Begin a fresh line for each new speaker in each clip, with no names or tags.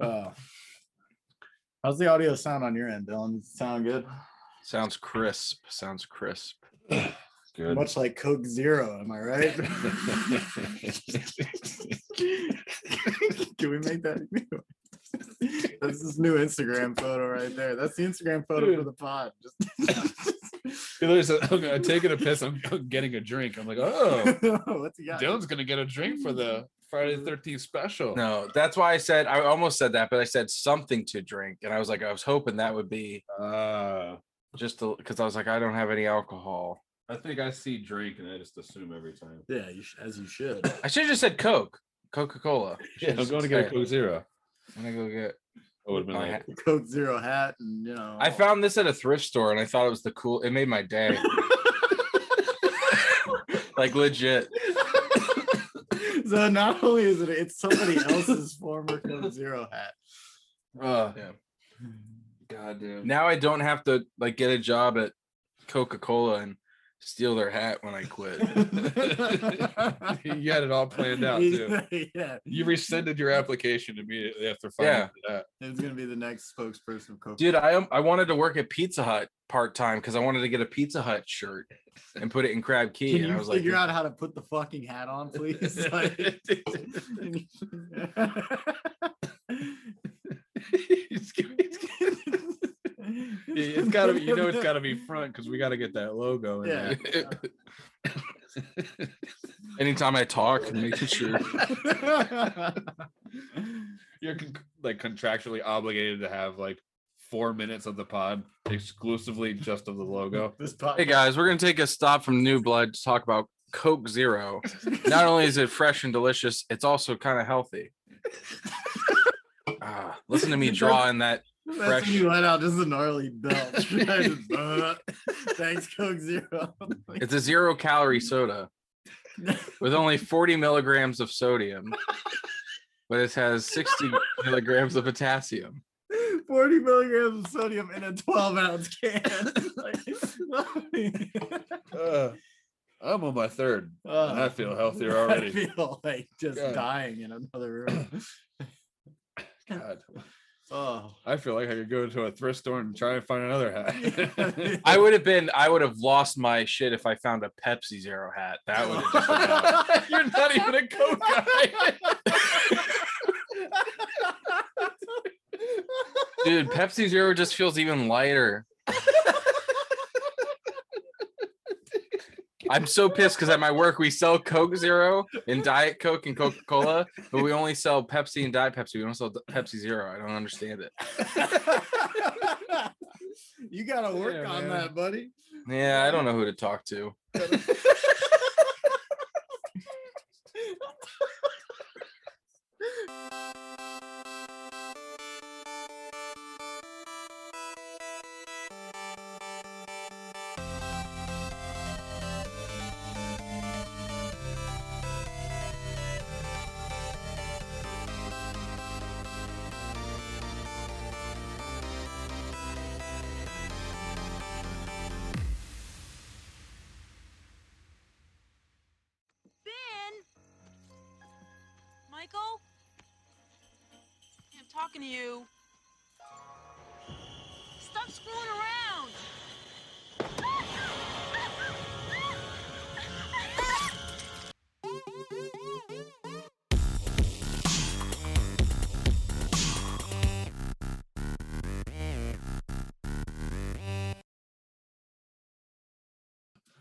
Uh, How's the audio sound on your end, Dylan? Does it Sound good?
Sounds crisp. Sounds crisp.
Good.
Much like Coke Zero, am I right? Can we make that new? That's this new Instagram photo right there. That's the Instagram photo for
Dude.
the pod. Just
There's a, okay, I'm taking a piss. I'm getting a drink. I'm like, oh,
what's he got?
Dylan's gonna get a drink for the Friday the 13th special.
No, that's why I said I almost said that, but I said something to drink, and I was like, I was hoping that would be
Uh,
just because I was like, I don't have any alcohol.
I think I see drink and I just assume every time.
Yeah, you sh- as you should.
I should have just said Coke, Coca Cola.
Yeah, I'm going to get a Coke Zero.
I'm gonna go get.
I would have been
my
like,
hat.
Coke Zero hat, and you know.
I found this at a thrift store, and I thought it was the cool. It made my day. like legit.
so not only is it it's somebody else's former Coke Zero hat.
uh,
Yeah.
God damn.
Now I don't have to like get a job at Coca Cola and steal their hat when I quit.
you had it all planned out too.
yeah,
You rescinded your application immediately after finding
Yeah.
that.
it's gonna be the next spokesperson of Coke.
Dude, I um, I wanted to work at Pizza Hut part time because I wanted to get a Pizza Hut shirt and put it in Crab Key.
Can
and
you
I was like,
figure out how to put the fucking hat on, please? Like-
He's gonna- it's gotta be, you know, it's gotta be front because we gotta get that logo. In
Yeah.
anytime I talk, making sure.
there. You're con- like contractually obligated to have like four minutes of the pod exclusively just of the logo.
This podcast.
Hey guys, we're gonna take a stop from New Blood to talk about Coke Zero. Not only is it fresh and delicious, it's also kind of healthy. Ah, listen to me draw in that.
That's
fresh-
when you let out just a gnarly belch. Just, uh, Thanks, Coke Zero.
It's a zero calorie soda with only 40 milligrams of sodium, but it has 60 milligrams of potassium.
40 milligrams of sodium in a 12 ounce can. Like,
Uh, I'm on my third. and I
uh,
feel healthier already.
I feel like just
God.
dying in another room.
God,
Oh.
I feel like I could go to a thrift store and try and find another hat.
I would have been. I would have lost my shit if I found a Pepsi Zero hat. That would. have just been out.
You're not even a Coke guy.
Dude, Pepsi Zero just feels even lighter. I'm so pissed because at my work we sell Coke Zero and Diet Coke and Coca Cola, but we only sell Pepsi and Diet Pepsi. We don't sell Pepsi Zero. I don't understand it.
you gotta work
Yeah,
on
man.
that, buddy.
Yeah, I don't know who to talk to.
Ben? Michael? I'm talking to you. Stop screwing around!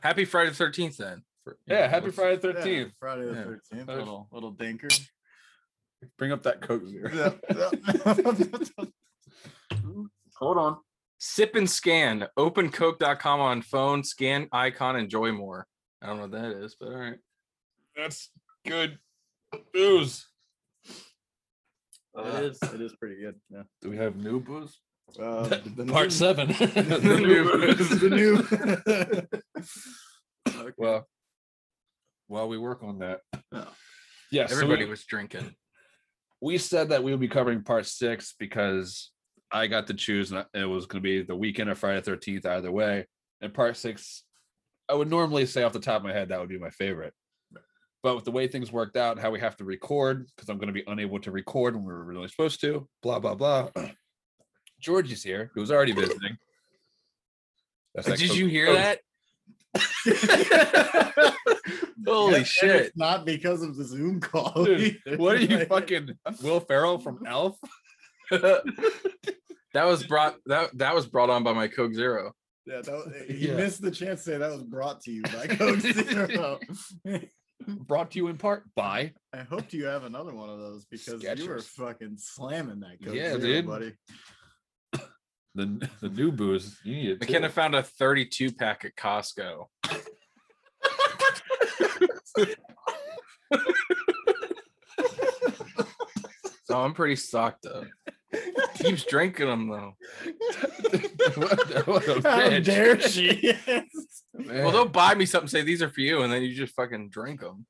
Happy Friday the Thirteenth, then. For-
yeah, happy
what's-
Friday
Yeah,
thirteenth.
Friday
Yeah.
the 13th.
That was-
Little, little dinker.
Bring up that Coke Zero.
Hold on.
Sip and scan. Open Coke.com on phone. Scan icon. Enjoy more. I don't know what that is, but all right.
That's good booze.
it is. It is pretty good. Yeah.
do we have new booze?
Uh, the
Part
new-
seven.
the
The
new-
new-
the new. Okay.
well, while we work on that.
Oh.
Yeah, so
Everybody
we-
was drinking.
we said that we would be covering part six because I got to choose, and it was going to be the weekend of Friday Thirteenth either way. And part six, I would normally say off the top of my head that would be my favorite, but with the way things worked out, and how we have to record because I'm going to be unable to record when we were really supposed to, blah blah blah. Georgie's here, who's already visiting. That's that
Did
Coke-
you hear
Coke.
that? Holy
And
shit.
It's not because of the Zoom call.
Dude,
either.
what are you
Like,
fucking Will Ferrell from Elf?
That was brought that that was brought on by my Coke Zero.
Yeah, that, you
Yeah.
missed the chance to say that was brought to you by Coke Zero.
Brought to you in part by
I hope you have another one of those because you were
Skechers.
fucking slamming that Coke
Yeah,
Zero,
dude.
buddy.
the the new booze. You need it. too.
McKenna found a 32 pack at Costco. so Oh, I'm pretty stocked up. Keeps drinking them though.
What- what a
How
bitch.
dare she?
Man,
Well, they'll buy me something, say these are for you, and then you just fucking drink them.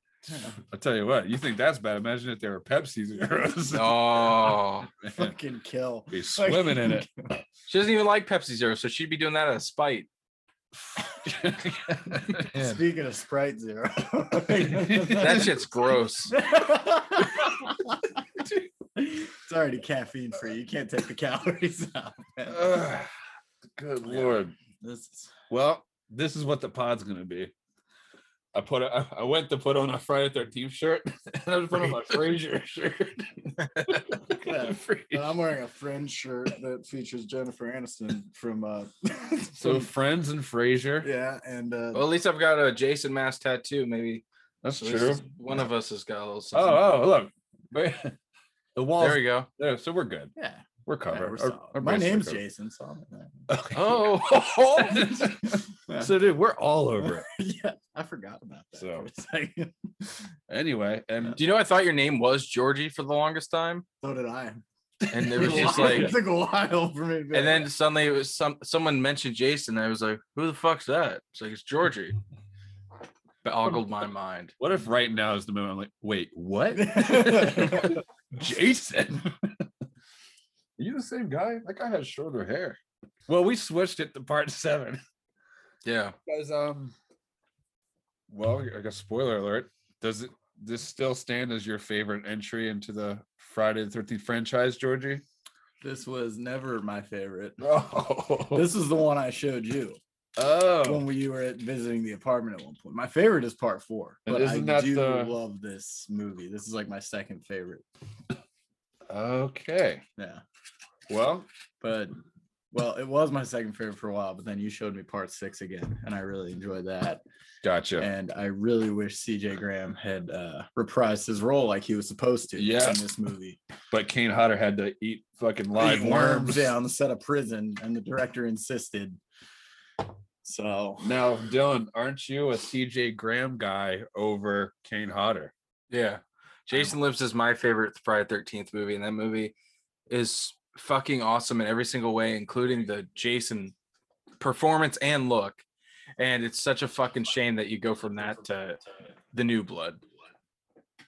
I'll tell you what. You think that's bad? Imagine if there were Pepsi Zeros.
Oh,
Man,
fucking kill.
be swimming in it.
she doesn't even like Pepsi Zero, so she'd be doing that out of spite.
Man,
Speaking of Sprite Zero,
That shit's gross.
it's already caffeine free. You can't take the calories out. man.
ugh, Good lord.
This is-
Well, this is what the pod's gonna be. I put a, I went to put on a Friday Thirteenth shirt, and I put on my Frasier shirt.
Yeah.
Frasier.
And I'm wearing a friend shirt that features Jennifer Aniston from uh
So
from-
Friends and Frasier.
yeah, and uh
Oh.
Well, at least I've got a Jason Mass tattoo. Maybe
that's
At least
true.
one of us has got a little something.
Oh, oh, look, Right. the walls.
there we go.
there, so we're good.
yeah,
We're
yeah,
covered.
we're
Our-
solid.
our
my
brains are
name's
covered.
Jason. So I'm-
Okay.
Oh,
Yeah.
so dude, we're all over it.
yeah, I forgot about that. for
So.
a second.
Anyway, and
do you know I thought your name was Georgie for the longest time,
so did I.
and it was
It
just
took a while-
like,
it took a while for me. to be
and
like,
then suddenly it was some someone mentioned Jason. I was like, who the fuck's that? It's like it's Georgie. Boggled my mind.
what if right now is the moment I'm like, wait, what? Jason. Are you the same guy? That guy has shorter hair. Well, we switched it to part seven.
Yeah,
Because um well, I guess spoiler alert. Does it this still stand as your favorite entry into the Friday the 13th franchise, Georgie?
this was never my favorite.
Oh,
This is the one I showed you
oh.
when we were at visiting the apartment at one point. My favorite is part four,
And
but I
isn't that
do
the-
love this movie. This is like my second favorite.
okay.
Yeah,
Well,
but well, it was my second favorite for a while, but then you showed me part six again, and I really enjoyed that.
gotcha.
And I really wish CJ Graham had uh, reprised his role like he was supposed to
Yeah.
in this movie.
but Kane Hodder had to eat fucking live
Eating
worms.
yeah, on the set of prison, and the director insisted. So
Now, Dylan, aren't you a CJ Graham guy over Kane Hodder?
yeah. Jason Lives is my favorite Friday Thirteenth movie, and that movie is fucking awesome in every single way, including the Jason performance and look. And it's such a fucking shame that you go from that to the new blood.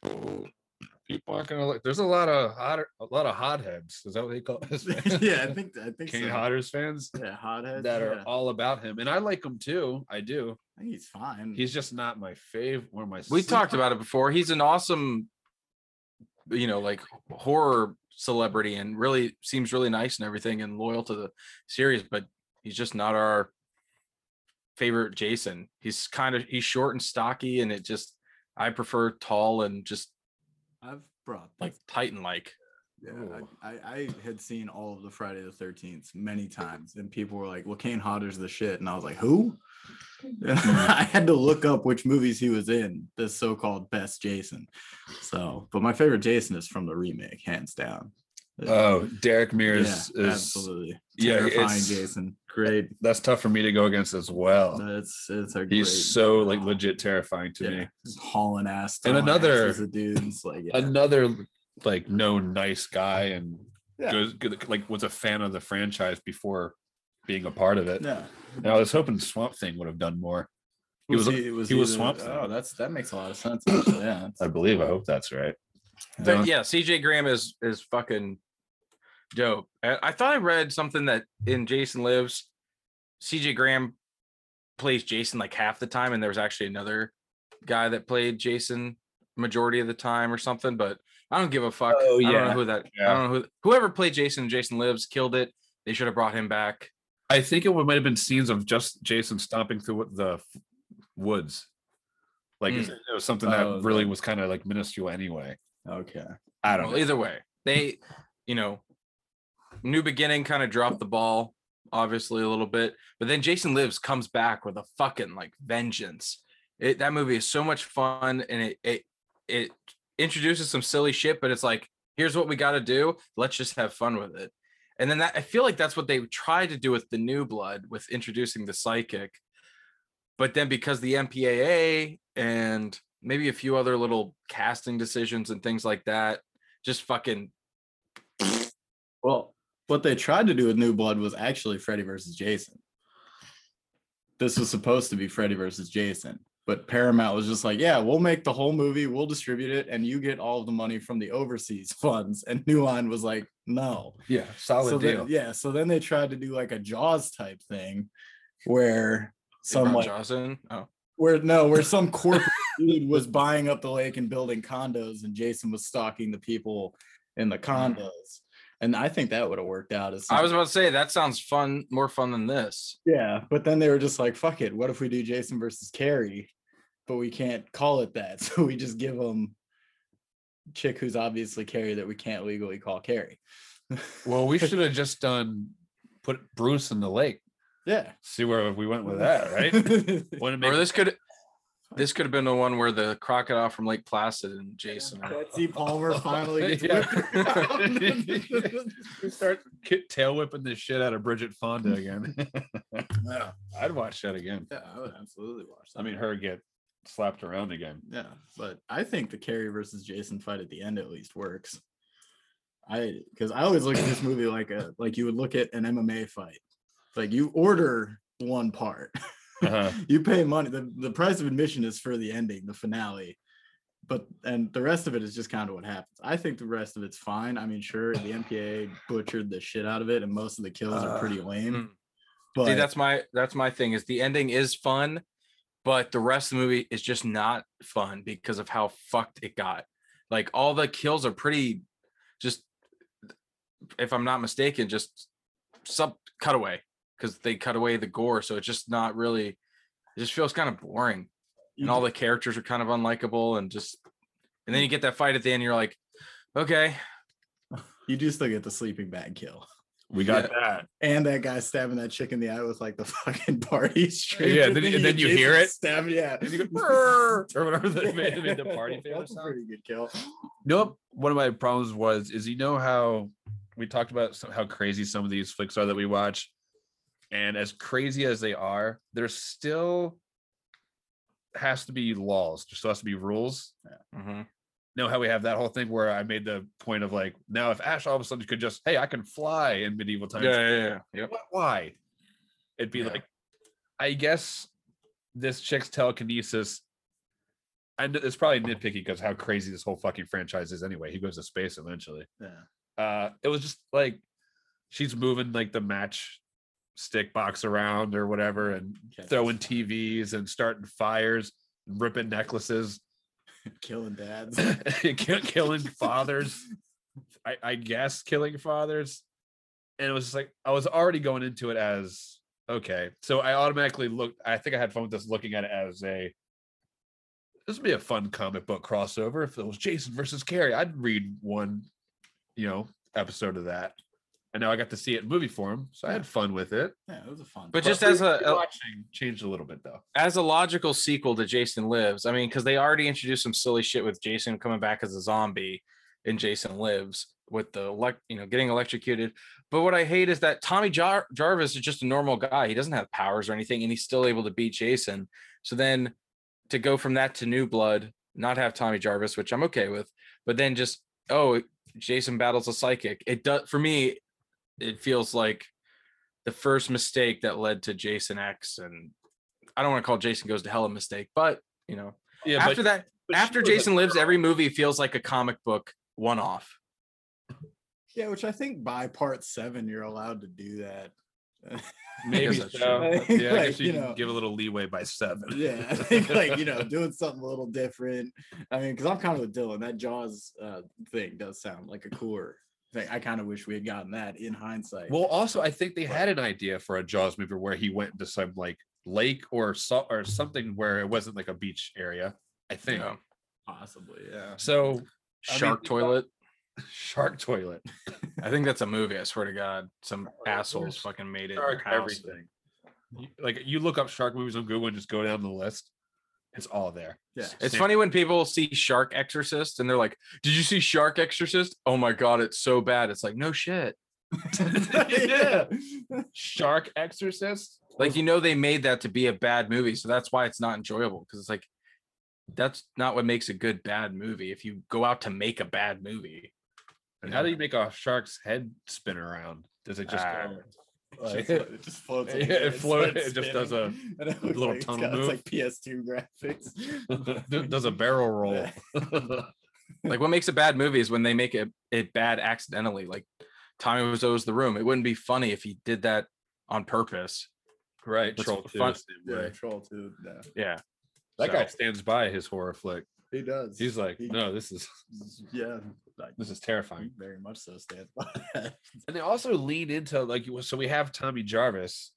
People aren't gonna like. There's a lot of hotter, a lot of hotheads. Is that what they call this?
yeah, I think I think
Kane
so.
Hodder's fans
Yeah, hothead.
that are
yeah.
all about him, and I like him too. I do.
I think he's fine.
He's just not my fave or my.
We
sleep-
talked about it before. He's an awesome, you know, like horror celebrity and really seems really nice and everything and loyal to the series, but he's just not our favorite Jason. He's kind of he's short and stocky and it just I prefer tall and just
I've brought
like Titan like.
Yeah,
Ooh.
I, I, I had seen all of the Friday the Thirteenth many times, and people were like, "Well, Kane Hodder's the shit," and I was like, "Who?" And I had to look up which movies he was in. The so-called best Jason. So, but my favorite Jason is from the remake, hands down.
Oh, Derek Mears
yeah,
is
absolutely
yeah,
terrifying,
it's-
Jason. Great.
that's tough for me to go against as well.
That's it's a great.
He's so like legit terrifying to
yeah,
me.
just hauling ass.
And
throwing
another-
asses at dudes like yeah.
another like no nice guy and
Yeah.
goes good, like was a fan of the franchise before being a part of it.
yeah.
And I was hoping Swamp Thing would have done more. He was,
it
he was
either-
Swamp Thing.
Oh, that's that makes a lot of sense. actually, yeah,
I believe. I hope that's right.
But yeah, CJ Graham is is fucking dope. I, I thought I read something that in Jason Lives, CJ Graham plays Jason like half the time, and there was actually another guy that played Jason majority of the time or something. But I don't give a fuck.
Oh,
I don't know
yeah.
who that.
Yeah.
I don't know who whoever played Jason. in Jason Lives killed it. They should have brought him back.
I think it would might have been scenes of just Jason stomping through the f- woods. Like
Mm.
it was something that
Oh,
really was kind of like minuscule anyway.
Okay.
I don't
Well, either way, they, you know, new beginning kind of dropped the ball, obviously a little bit, but then Jason Lives comes back with a fucking like vengeance. It, that movie is so much fun, and it it it introduces some silly shit, but it's like, here's what we got to do. Let's just have fun with it. And then that I feel like that's what they tried to do with the new blood with introducing the psychic, but then because the MPAA and maybe a few other little casting decisions and things like that just fucking
Well, what they tried to do with New Blood was actually Freddy versus Jason. This was supposed to be Freddy versus Jason, but Paramount was just like, yeah, we'll make the whole movie, we'll distribute it, and you get all of the money from the overseas funds. And New Line was like, no.
Yeah, solid
so then-
deal.
yeah, so then they tried to do like a Jaws type thing where some
Ron
like
Johnson. Oh,
where no, where some corporate dude was buying up the lake and building condos, and Jason was stalking the people in the condos. And I think that would have worked out. As
I was about to say that sounds fun, more fun than this.
yeah, but then they were just like, "Fuck it, what if we do Jason versus Carrie?" But we can't call it that, so we just give them chick who's obviously Carrie that we can't legally call Carrie.
Well, we should have just done put Bruce in the lake.
Yeah,
See where we went with that, right? Wouldn't it
Or
make-
this could this could have been the one where the crocodile from Lake Placid and Jason. are-
Betsy Palmer finally gets
Yeah.
whipped around.
we start ki- tail whipping the shit out of Bridget Fonda again.
yeah,
I'd watch that again.
yeah, I would absolutely watch. That.
I mean, her get slapped around again.
Yeah, but I think the Carrie versus Jason fight at the end at least works. I because I always look at this movie like a like you would look at an MMA fight. Like you order one part.
Uh-huh.
You pay money. The, the price of admission is for the ending, the finale. But and the rest of it is just kind of what happens. I think the rest of it's fine. I mean, sure, the MPA butchered the shit out of it, and most of the kills are pretty lame.
Mm.
But
See, that's my that's my thing is the ending is fun, but the rest of the movie is just not fun because of how fucked it got. Like all the kills are pretty just if I'm not mistaken, just sub cutaway because they cut away the gore. So it's just not really it just feels kind of boring.
you
and all the characters are kind of unlikable and just and then you get that fight at the end you're like okay
you do still get the sleeping bag kill,
We got that.
and that guy stabbing that chick in the eye with like the fucking party string.
Yeah, then- and then you hear it.
Stab, yeah,
And you go, "Brr," or whatever they made, they made the party favor
That's a
sound.
pretty good kill.
Nope. One of my problems was is you know how we talked about some, how crazy some of these flicks are that we watch, and as crazy as they are, there still has to be laws. There still has to be rules.
Mhm.
Know how we have that whole thing where I made the point of like, now if Ash all of a sudden could just, hey, I can fly in medieval times.
yeah yeah yeah yep.
What, why? It'd be
Yeah.
like, I guess this chick's telekinesis. And it's probably nitpicky because how crazy this whole fucking franchise is anyway. He goes to space eventually.
Yeah.
Uh, it was just like she's moving like the match stick box around or whatever and
Okay.
throwing TVs and starting fires, ripping necklaces,
killing dads.
kill- killing fathers. I, I guess killing fathers. And it was just like I was already going into it as okay. So I automatically looked. I think I had fun with this, looking at it as a this would be a fun comic book crossover. If it was Jason versus Carrie, I'd read one, you know, episode of that. And now I got to see it in movie form, so I had fun with it.
Yeah, it was a fun.
but
fight.
just as a a-
Watching changed a little bit though.
as a logical sequel to jason lives i mean because they already introduced some silly shit with jason coming back as a zombie in jason lives with the elect you know getting electrocuted but what i hate is that tommy Jar- jarvis is just a normal guy he doesn't have powers or anything and he's still able to beat jason so then to go from that to new blood not have tommy jarvis which i'm okay with but then just oh jason battles a psychic it does for me it feels like the first mistake that led to jason x and i don't want to call jason goes to hell a mistake but you know
Yeah,
after that after jason lives every movie feels like a comic book one-off
yeah, which I think by part seven you're allowed to do that.
maybe
that's
so.
true.
Yeah, I
Like,
guess you,
you
can
know.
give a little leeway by seven.
yeah, I think like you know doing something a little different. I mean, because I'm kind of with Dylan. That Jaws uh, thing does sound like a cooler Like, I kind of wish we had gotten that in hindsight.
Well, also, I think they had an idea for a Jaws movie where he went to some like lake or so, or something where it wasn't like a beach area. I
you
think
know,
possibly, yeah.
so. I mean,
shark
think about-
toilet.
Shark toilet,
I think that's a movie. I swear to God, some assholes
There's
fucking made it. in
Oh, shark
the house.
everything. You- Like you look up shark movies on Google and just go down the list. It's all there.
Yeah.
It's
Same.
funny when people see Shark Exorcist and they're like, "Did you see Shark Exorcist? Oh my god, it's so bad." It's like, no shit.
yeah. Shark Exorcist.
Like you know, they made that to be a bad movie, so that's why it's not enjoyable. Because it's like, that's not what makes a good bad movie. If you go out to make a bad movie,
And how do you make a shark's head spin around? Does it just
Ah.
go?
Just
Like-
flo- it just floats.
Yeah, it float- it just does a little
tunnel
tunnel move.
It's like PS2 graphics.
Does- Does a barrel roll?
like what makes a bad movie is when they make it it bad accidentally. Like Tommy was always the room. It wouldn't be funny if he did that on purpose.
right.
That's
Troll two
fun-
is the same
Yeah,
way.
Troll 2. Yeah,
Yeah,
That guy
So-
stands by his horror flick.
he does.
He's like,
He-
no, this is
yeah, like,
this is terrifying.
very much so stands by that.
And they also lean into like so we have Tommy Jarvis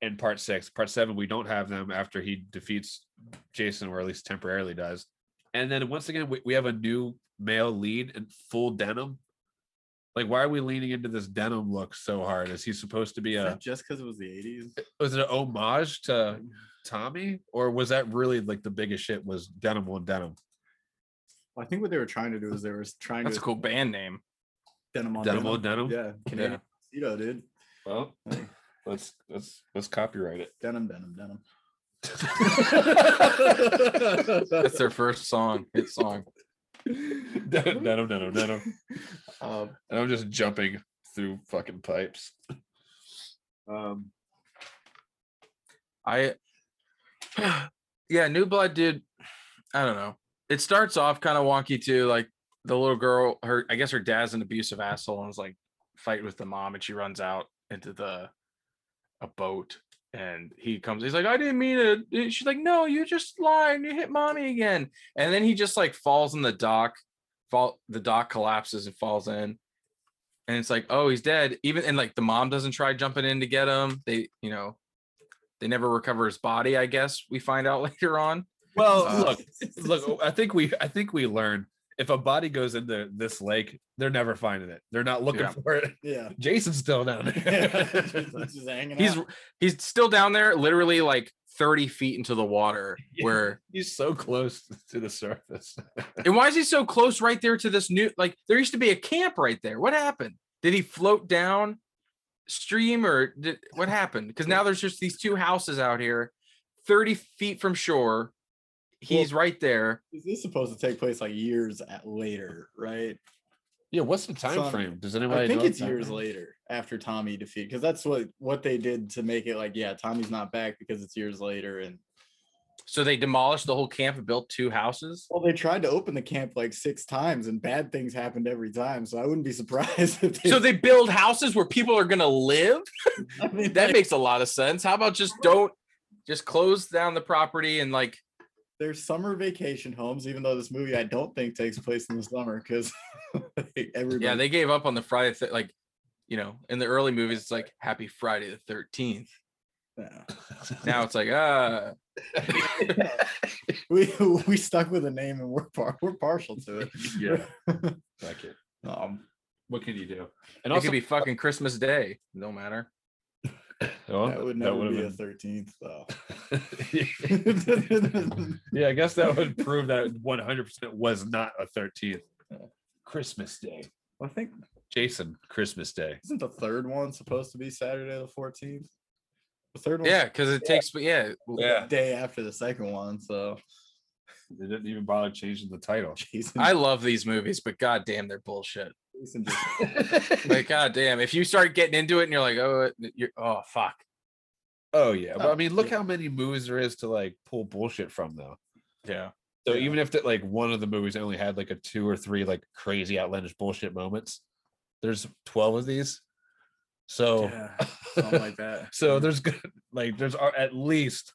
in part six. Part seven, we don't have them after he defeats Jason, or at least temporarily does. And then once again, we, we have a new male lead in full denim. Like, why are we leaning into this denim look so hard? Is he supposed to be
Is
a
that Just because it was the 80s.
was it an homage to
Mm-hmm.
Tommy, or was that really like the biggest shit was denim on denim?
I think what they were trying to do is they were trying
that's a
to
cool band name.
denim on
Denim
denim.
on denim.
Yeah, Canadian tuxedo, dude.
Well, let's let's let's copyright it.
Denim, denim, denim.
That's their first song. Hit song.
denim, denim, denim, denim. Um, and I'm just jumping through fucking pipes. Um,
I yeah, New Blood did I don't know. It starts off kind of wonky too, like the little girl, her I guess her dad's an abusive asshole and is like fight with the mom and she runs out into the a boat and he comes he's like I didn't mean it. And She's like no, you just lying. You hit mommy again. And then he just like falls in the dock. Fall the dock collapses and falls in. And it's like, "Oh, he's dead." Even and like the mom doesn't try jumping in to get him. They, you know, they never recover his body i guess we find out later on
well,
Uh,
look, Oh, look. I think we, I think we learned if a body goes into this lake, they're never finding it. They're not looking
Yeah.
for it.
Yeah.
Jason's still down
just,
there.
just hanging
he's
out.
he's still down there literally like 30 feet into the water
Yeah.
where
He's so close to the surface.
and why is he so close right there to this new like there used to be a camp right there what happened did he float down stream or did, what happened because now there's just these two houses out here 30 feet from shore he's right there
Is this supposed to take place like years at later, right?
Yeah, what's the time
Son,
frame? Does anybody?
I think
know the
it's
time
years
frame?
later after Tommy defeat because that's what what they did to make it like yeah Tommy's not back because it's years later and
so they demolished the whole camp and built two houses
well they tried to open the camp like six times and bad things happened every time so I wouldn't be surprised if they,
so they build houses where people are gonna live
I mean,
that
like,
makes a lot of sense. How about just don't just close down the property and like
their summer vacation homes even though this movie I don't think takes place in the summer because everybody
yeah, they gave up on the Friday th- like you know, in the early movies it's like happy Friday the 13th.
Yeah.
Now it's like uh
we we stuck with a name and we're par- we're partial to it
Yeah. Fuck it.
um
What can you do?
it
And also,
could be fucking Christmas Day, no matter.
well,
that would
oh, that
never
would've
be a
been-
thirteenth though
yeah, I guess that would prove that 100% was not a 13th. Christmas Day.
I think
Jason, Christmas Day.
Isn't the third one supposed to be Saturday the 14th? The third one
Yeah, because it takes but yeah, w-
Yeah.
day after the second one, so
They didn't even bother changing the title.
Jason,
I love these movies, but goddamn, they're bullshit.
Jason just
Like, goddamn, if you start getting into it and you're like, oh, it- you're, oh, fuck.
oh, yeah. But I mean, look
Yeah.
how many movies there is to like pull bullshit from, though.
Yeah.
So
Yeah.
even if that like one of the movies only had like a two or three like crazy outlandish bullshit moments, there's twelve of these. So
yeah, something like that.
so there's good like there's a- at least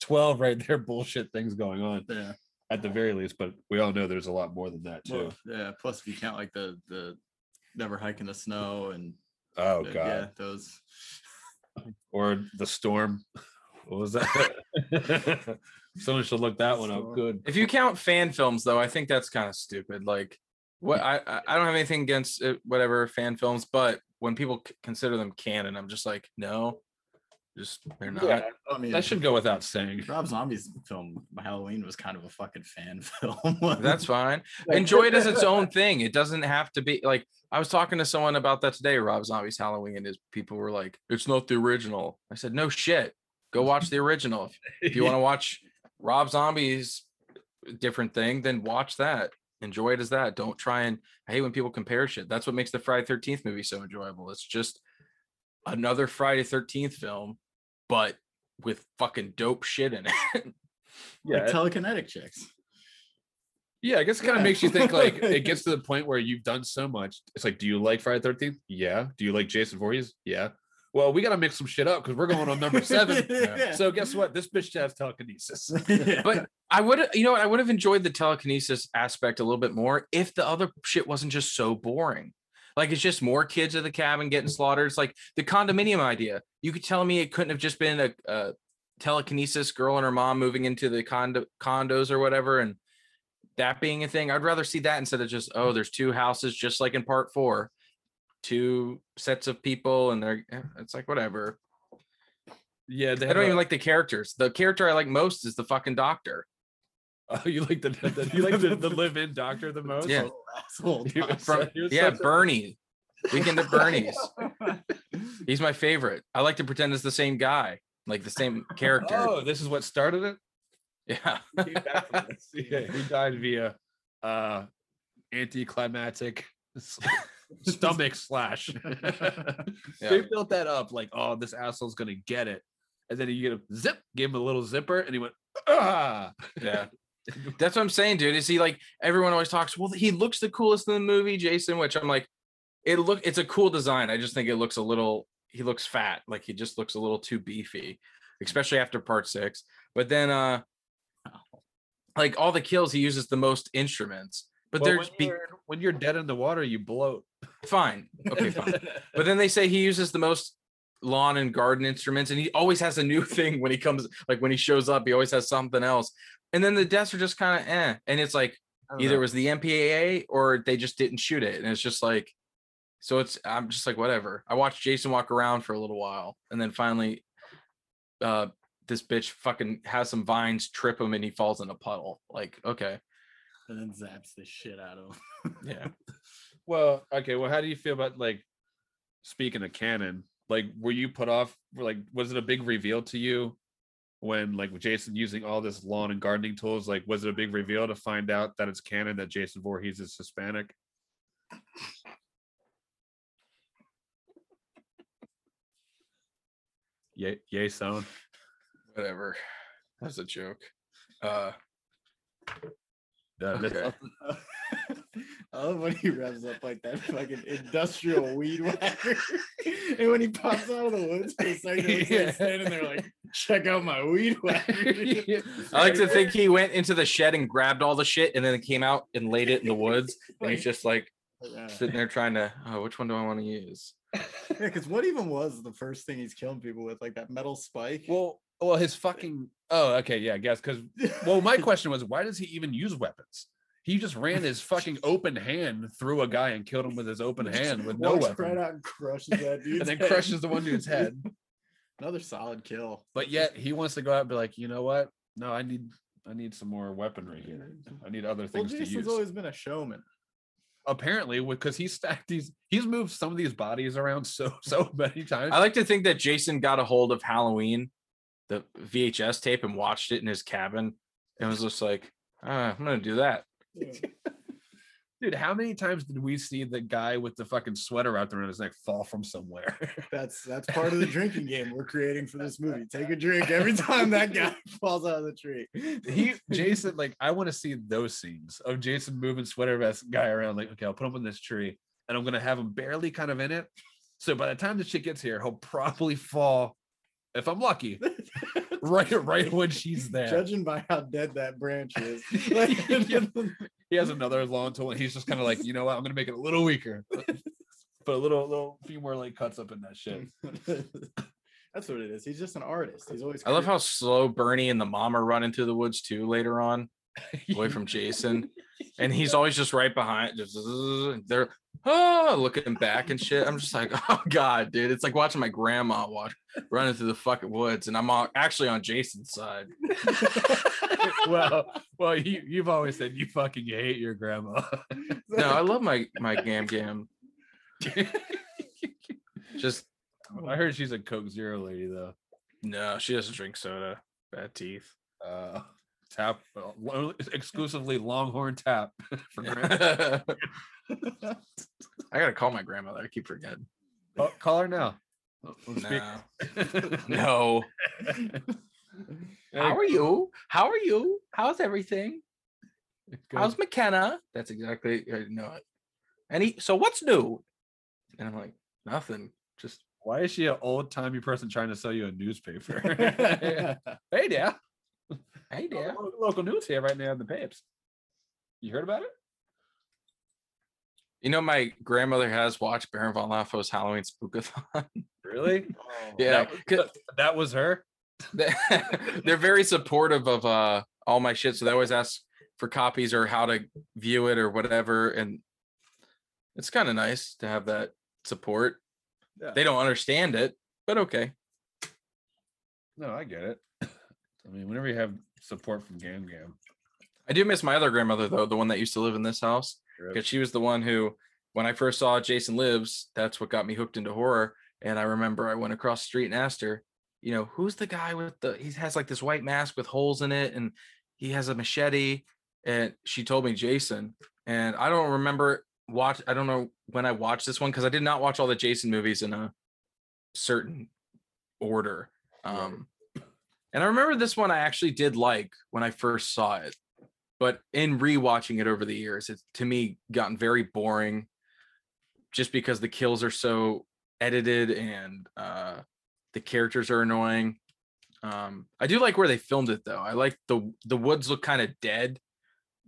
twelve right there bullshit things going on
yeah,
at the very least, but we all know there's a lot more than that too.
well, yeah. Plus, if you count like the the never hike in the snow and
Oh
uh,
god.
yeah, those
Or the storm. What was that? Someone should look that one up.
Storm.
Good.
If you count fan films, though, I think that's kind of stupid. Like, what I I- I don't have anything against it, whatever fan films, but when people c- consider them canon, I'm just like, no, just they're not.
Yeah,
I mean
that should go without saying.
Rob Zombie's film Halloween was kind of a fucking fan film.
That's fine. Enjoy it as its own thing. It doesn't have to be like I was talking to someone about that today. Rob Zombie's Halloween, and his people were like, "It's not the original." I said, "No shit. Go watch the original. If, if you want to watch Rob Zombie's different thing, then watch that. Enjoy it as that. Don't try and I hate when people compare shit. That's what makes the Friday Thirteenth movie so enjoyable. It's just another Friday Thirteenth film, but with fucking dope shit in it.
yeah,
Yeah,
like telekinetic chicks.
Yeah, I guess it kind of
Yeah.
makes you think like it gets to the point where you've done so much. It's like, do you like Friday Thirteenth? Yeah. Do you like Jason Voorhees? Yeah. Well, we got to mix some shit up because we're going on number seven.
Yeah.
So guess what? This bitch has telekinesis.
But I would, you know, what? I would have enjoyed the telekinesis aspect a little bit more if the other shit wasn't just so boring. Like it's just more kids at the cabin getting slaughtered. It's like the condominium idea. You could tell me it couldn't have just been a, a telekinesis girl and her mom moving into the condo condos or whatever, and that being a thing. I'd rather see that instead of just oh, there's two houses just like in part four, two sets of people, and they're eh, it's like whatever.
Yeah, they
I don't even like the characters. The character I like most is the fucking doctor.
Oh, you like the, the- the- you like the, the live-in doctor the most?
Yeah.
asshole.
You were
From-
so- you were
Yeah,
such a-
Bernie. Weekend at Bernie's. He's my favorite. I like to pretend it's the same guy, like the same character.
Oh, this is what started it.
Yeah.
He came back from this. yeah, he died via uh anticlimactic s- stomach slash. They
Yeah.
built that up like, oh, this asshole's gonna get it, and then you get a zip, gave him a little zipper, and he went ah.
Yeah. That's what I'm saying, dude. Is he like everyone always talks? Well, he looks the coolest in the movie, Jason, which I'm like, it look it's a cool design. I just think it looks a little he looks fat, like he just looks a little too beefy, especially after part six. But then uh like all the kills, he uses the most instruments. But
Well,
there's
when,
be-
you're, when you're dead in the water, you bloat.
fine. Okay, fine. But then they say he uses the most lawn and garden instruments, and he always has a new thing when he comes, like when he shows up, he always has something else. And then the deaths are just kind of eh. And it's like either it was the MPAA or they just didn't shoot it. And it's just like, so it's, I'm just like, whatever. I watched Jason walk around for a little while, and then finally, uh, this bitch fucking has some vines trip him and he falls in a puddle. Like, okay.
and then zaps the shit out of him.
Yeah.
Well, okay. Well, how do you feel about like speaking of canon? Like, were you put off? were, Like, was it a big reveal to you when like with Jason using all this lawn and gardening tools? Like, was it a big reveal to find out that it's canon that Jason Voorhees is Hispanic? Yay, yay, son.
Whatever. That's a joke. Uh,
Uh, let's-
Okay.
I love when he revs up like that fucking industrial weed whacker. and when he pops out of the woods for a second, he's like standing there like, check out my weed whacker.
I like to think he went into the shed and grabbed all the shit and then came out and laid it in the woods. And he's just like
yeah,
sitting there trying to, oh, which one do I want to use?
because what even was the first thing he's killing people with? Like that metal spike?
Well, well, his fucking. Oh, okay, yeah, I guess because Well, my question was, why does he even use weapons? He just ran his fucking open hand through a guy and killed him with his open hand with no
Walks
weapon,
right out and crushes that dude.
and then crushes the one dude's head.
Another solid kill.
But yet he wants to go out and be like, you know what? No, I need, I need some more weaponry here. I need other
Well,
things to use.
Jason's always been a showman.
Apparently, because he stacked these, he's moved some of these bodies around so so many times.
I like to think that Jason got a hold of Halloween, the VHS tape, and watched it in his cabin and was just like, ah, I'm going to do that.
Dude, how many times did we see the guy with the fucking sweater out there on his neck fall from somewhere?
That's that's part of the drinking game we're creating for this movie. Take a drink every time that guy falls out of the tree.
he Jason, like I want to see those scenes of Jason moving sweater vest guy around. Like, okay, I'll put him in this tree, and I'm gonna have him barely kind of in it. So by the time the shit gets here, he'll probably fall, if I'm lucky, right right when she's there.
Judging by how dead that branch is,
Yeah. He has another long tool, and he's just kind of like, you know what, I'm gonna make it a little weaker. put a little little few more like cuts up in that shit.
That's what it is. He's just an artist. He's always.
I love
creative.
how slow Bernie and the mom are running through the woods too later on, away from Jason, and he's always just right behind. Just zzz, they're oh looking back and shit. I'm just like, oh god, dude, it's like watching my grandma watch running through the fucking woods, and I'm all, actually on Jason's side.
well, well, you you've always said you fucking you hate your grandma.
No, I love my my gam gam. Just
I heard she's a Coke Zero lady though.
no, she doesn't drink soda. Bad teeth.
Uh, tap uh, lo- exclusively Longhorn tap. For grandma.
I gotta call my grandmother. I keep forgetting.
Oh, call her now. Let's speak.
No, no.
Hey,
How are you? How are you? How's everything?
go-
How's McKenna? That's exactly uh, I know it. And he so what's new? And I'm like, nothing. Just
Why is she an old timey person trying to sell you a newspaper? hey, Dad.
hey
Yeah.
dad.
Local news here right now in the papers. You heard about it?
You know, my grandmother has watched Baron von Laffo's Halloween spookathon.
Really?
yeah.
That,
'cause-
that- that was her.
they- they're very supportive of uh all my shit so they always ask for copies or how to view it or whatever and it's kind of nice to have that support
Yeah.
they don't understand it but okay
No, I get it. I mean, whenever you have support from Gam Gam,
i do miss my other grandmother though the one that used to live in this house
Rip.
because she was the one who when i first saw jason lives that's what got me hooked into horror and i remember i went across the street and asked her you know who's the guy with the he has like this white mask with holes in it and he has a machete and she told me jason and i don't remember watch i don't know when i watched this one because i did not watch all the jason movies in a certain order um and i remember this one i actually did like when i first saw it but in rewatching it over the years it's to me gotten very boring just because the kills are so edited and uh the characters are annoying um i do like where they filmed it though i like the the woods look kind of dead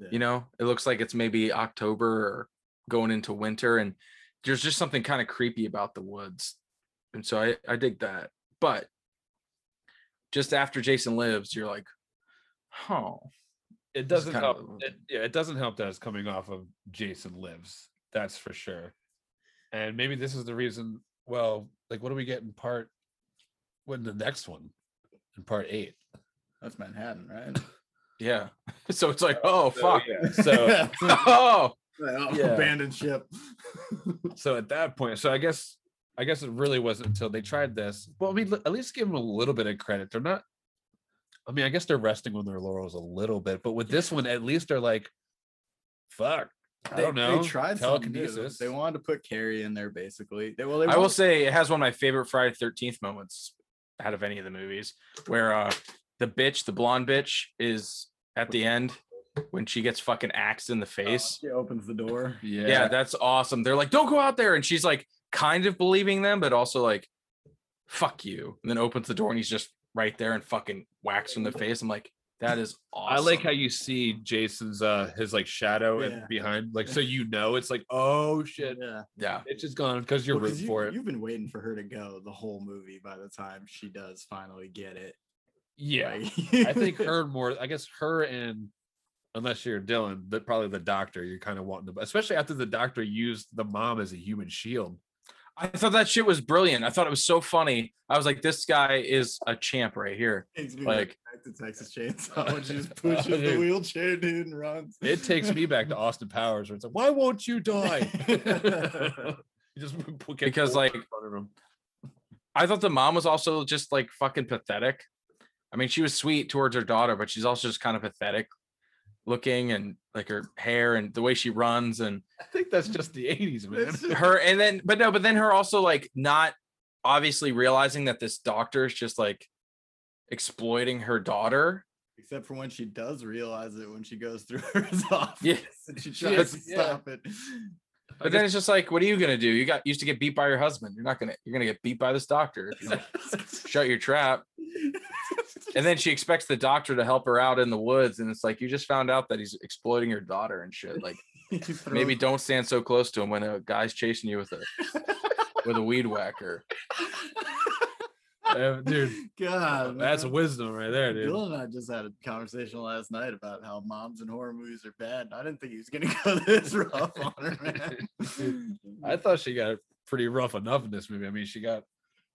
Yeah.
you know it looks like it's maybe october or going into winter and there's just something kind of creepy about the woods and so i i dig that but just after jason lives you're like oh
it
Just
doesn't
kind
help.
of-
It, yeah, it doesn't help that it's coming off of Jason Lives. That's for sure. And maybe this is the reason. Well, like, what do we get in part? When the next one, in part eight.
That's Manhattan, right?
Yeah. So it's like, oh
So,
fuck.
yeah, so
Oh
Yeah.
Abandoned ship.
so at that point, so I guess I guess it really wasn't until they tried this. Well, I mean, l- at least give them a little bit of credit. They're not. I mean, I guess they're resting on their laurels a little bit, but with this one, at least they're like, "Fuck, I don't know."
They tried something new.
telekinesis.
They wanted to put Carrie in there, basically. They, well, they
I will
wanted-
say it has one of my favorite Friday thirteenth moments out of any of the movies where uh the bitch, the blonde bitch, is at the end when she gets fucking axed in the
Uh,
face.
She opens the door.
Yeah, that's awesome. They're like, don't go out there. And she's like kind of believing them, but also like, fuck you. And then opens the door and he's just right there and fucking whacks her in the face. I'm like, that is awesome.
I like how you see Jason's uh his like shadow
Yeah.
and behind, like so you know it's like, oh shit,
Yeah.
yeah.
it's just gone because you're
Well, 'cause
rooting
you,
for it.
You've been waiting for her to go the whole movie by the time she does finally get it.
yeah,
Like-
I think her more. I guess her and unless you're Dylan, but probably the doctor. You're kind of wanting to, especially after the doctor used the mom as a human shield.
I thought that shit was brilliant. I thought it was so funny. I was like, this guy is a champ right here.
Takes me
Like,
back to Texas Chainsaw when she just
Oh,
pushes the
dude.
wheelchair dude and runs.
It takes me back to Austin Powers, where it's like, why won't you die? You just get
Because,
pulled
like,
in front of him.
I thought the mom was also just like fucking pathetic. I mean, she was sweet towards her daughter, but she's also just kind of pathetic looking and like her hair and the way she runs and
I think that's just the '80s, man.
It's just-
her. And then, but no, but then her also like not obviously realizing that this doctor is just like exploiting her daughter.
Except for when she does realize it when she goes through her office
Yeah.
and she
Yeah,
tries to
yeah.
stop it.
But then it's just like, what are you gonna do? You got used to get beat by your husband. You're not gonna. You're gonna get beat by this doctor. If you don't shut your trap. and then she expects the doctor to help her out in the woods and it's like you just found out that he's exploiting your daughter and shit like
He throws-
Maybe don't stand so close to him when a guy's chasing you with a with a weed whacker.
Uh, dude,
God,
that's
man.
wisdom right there, dude.
Dylan and I just had a conversation last night about how moms and horror movies are bad. and I didn't think he was gonna go this rough on her, man.
I thought she got pretty rough enough in this movie. I mean, she got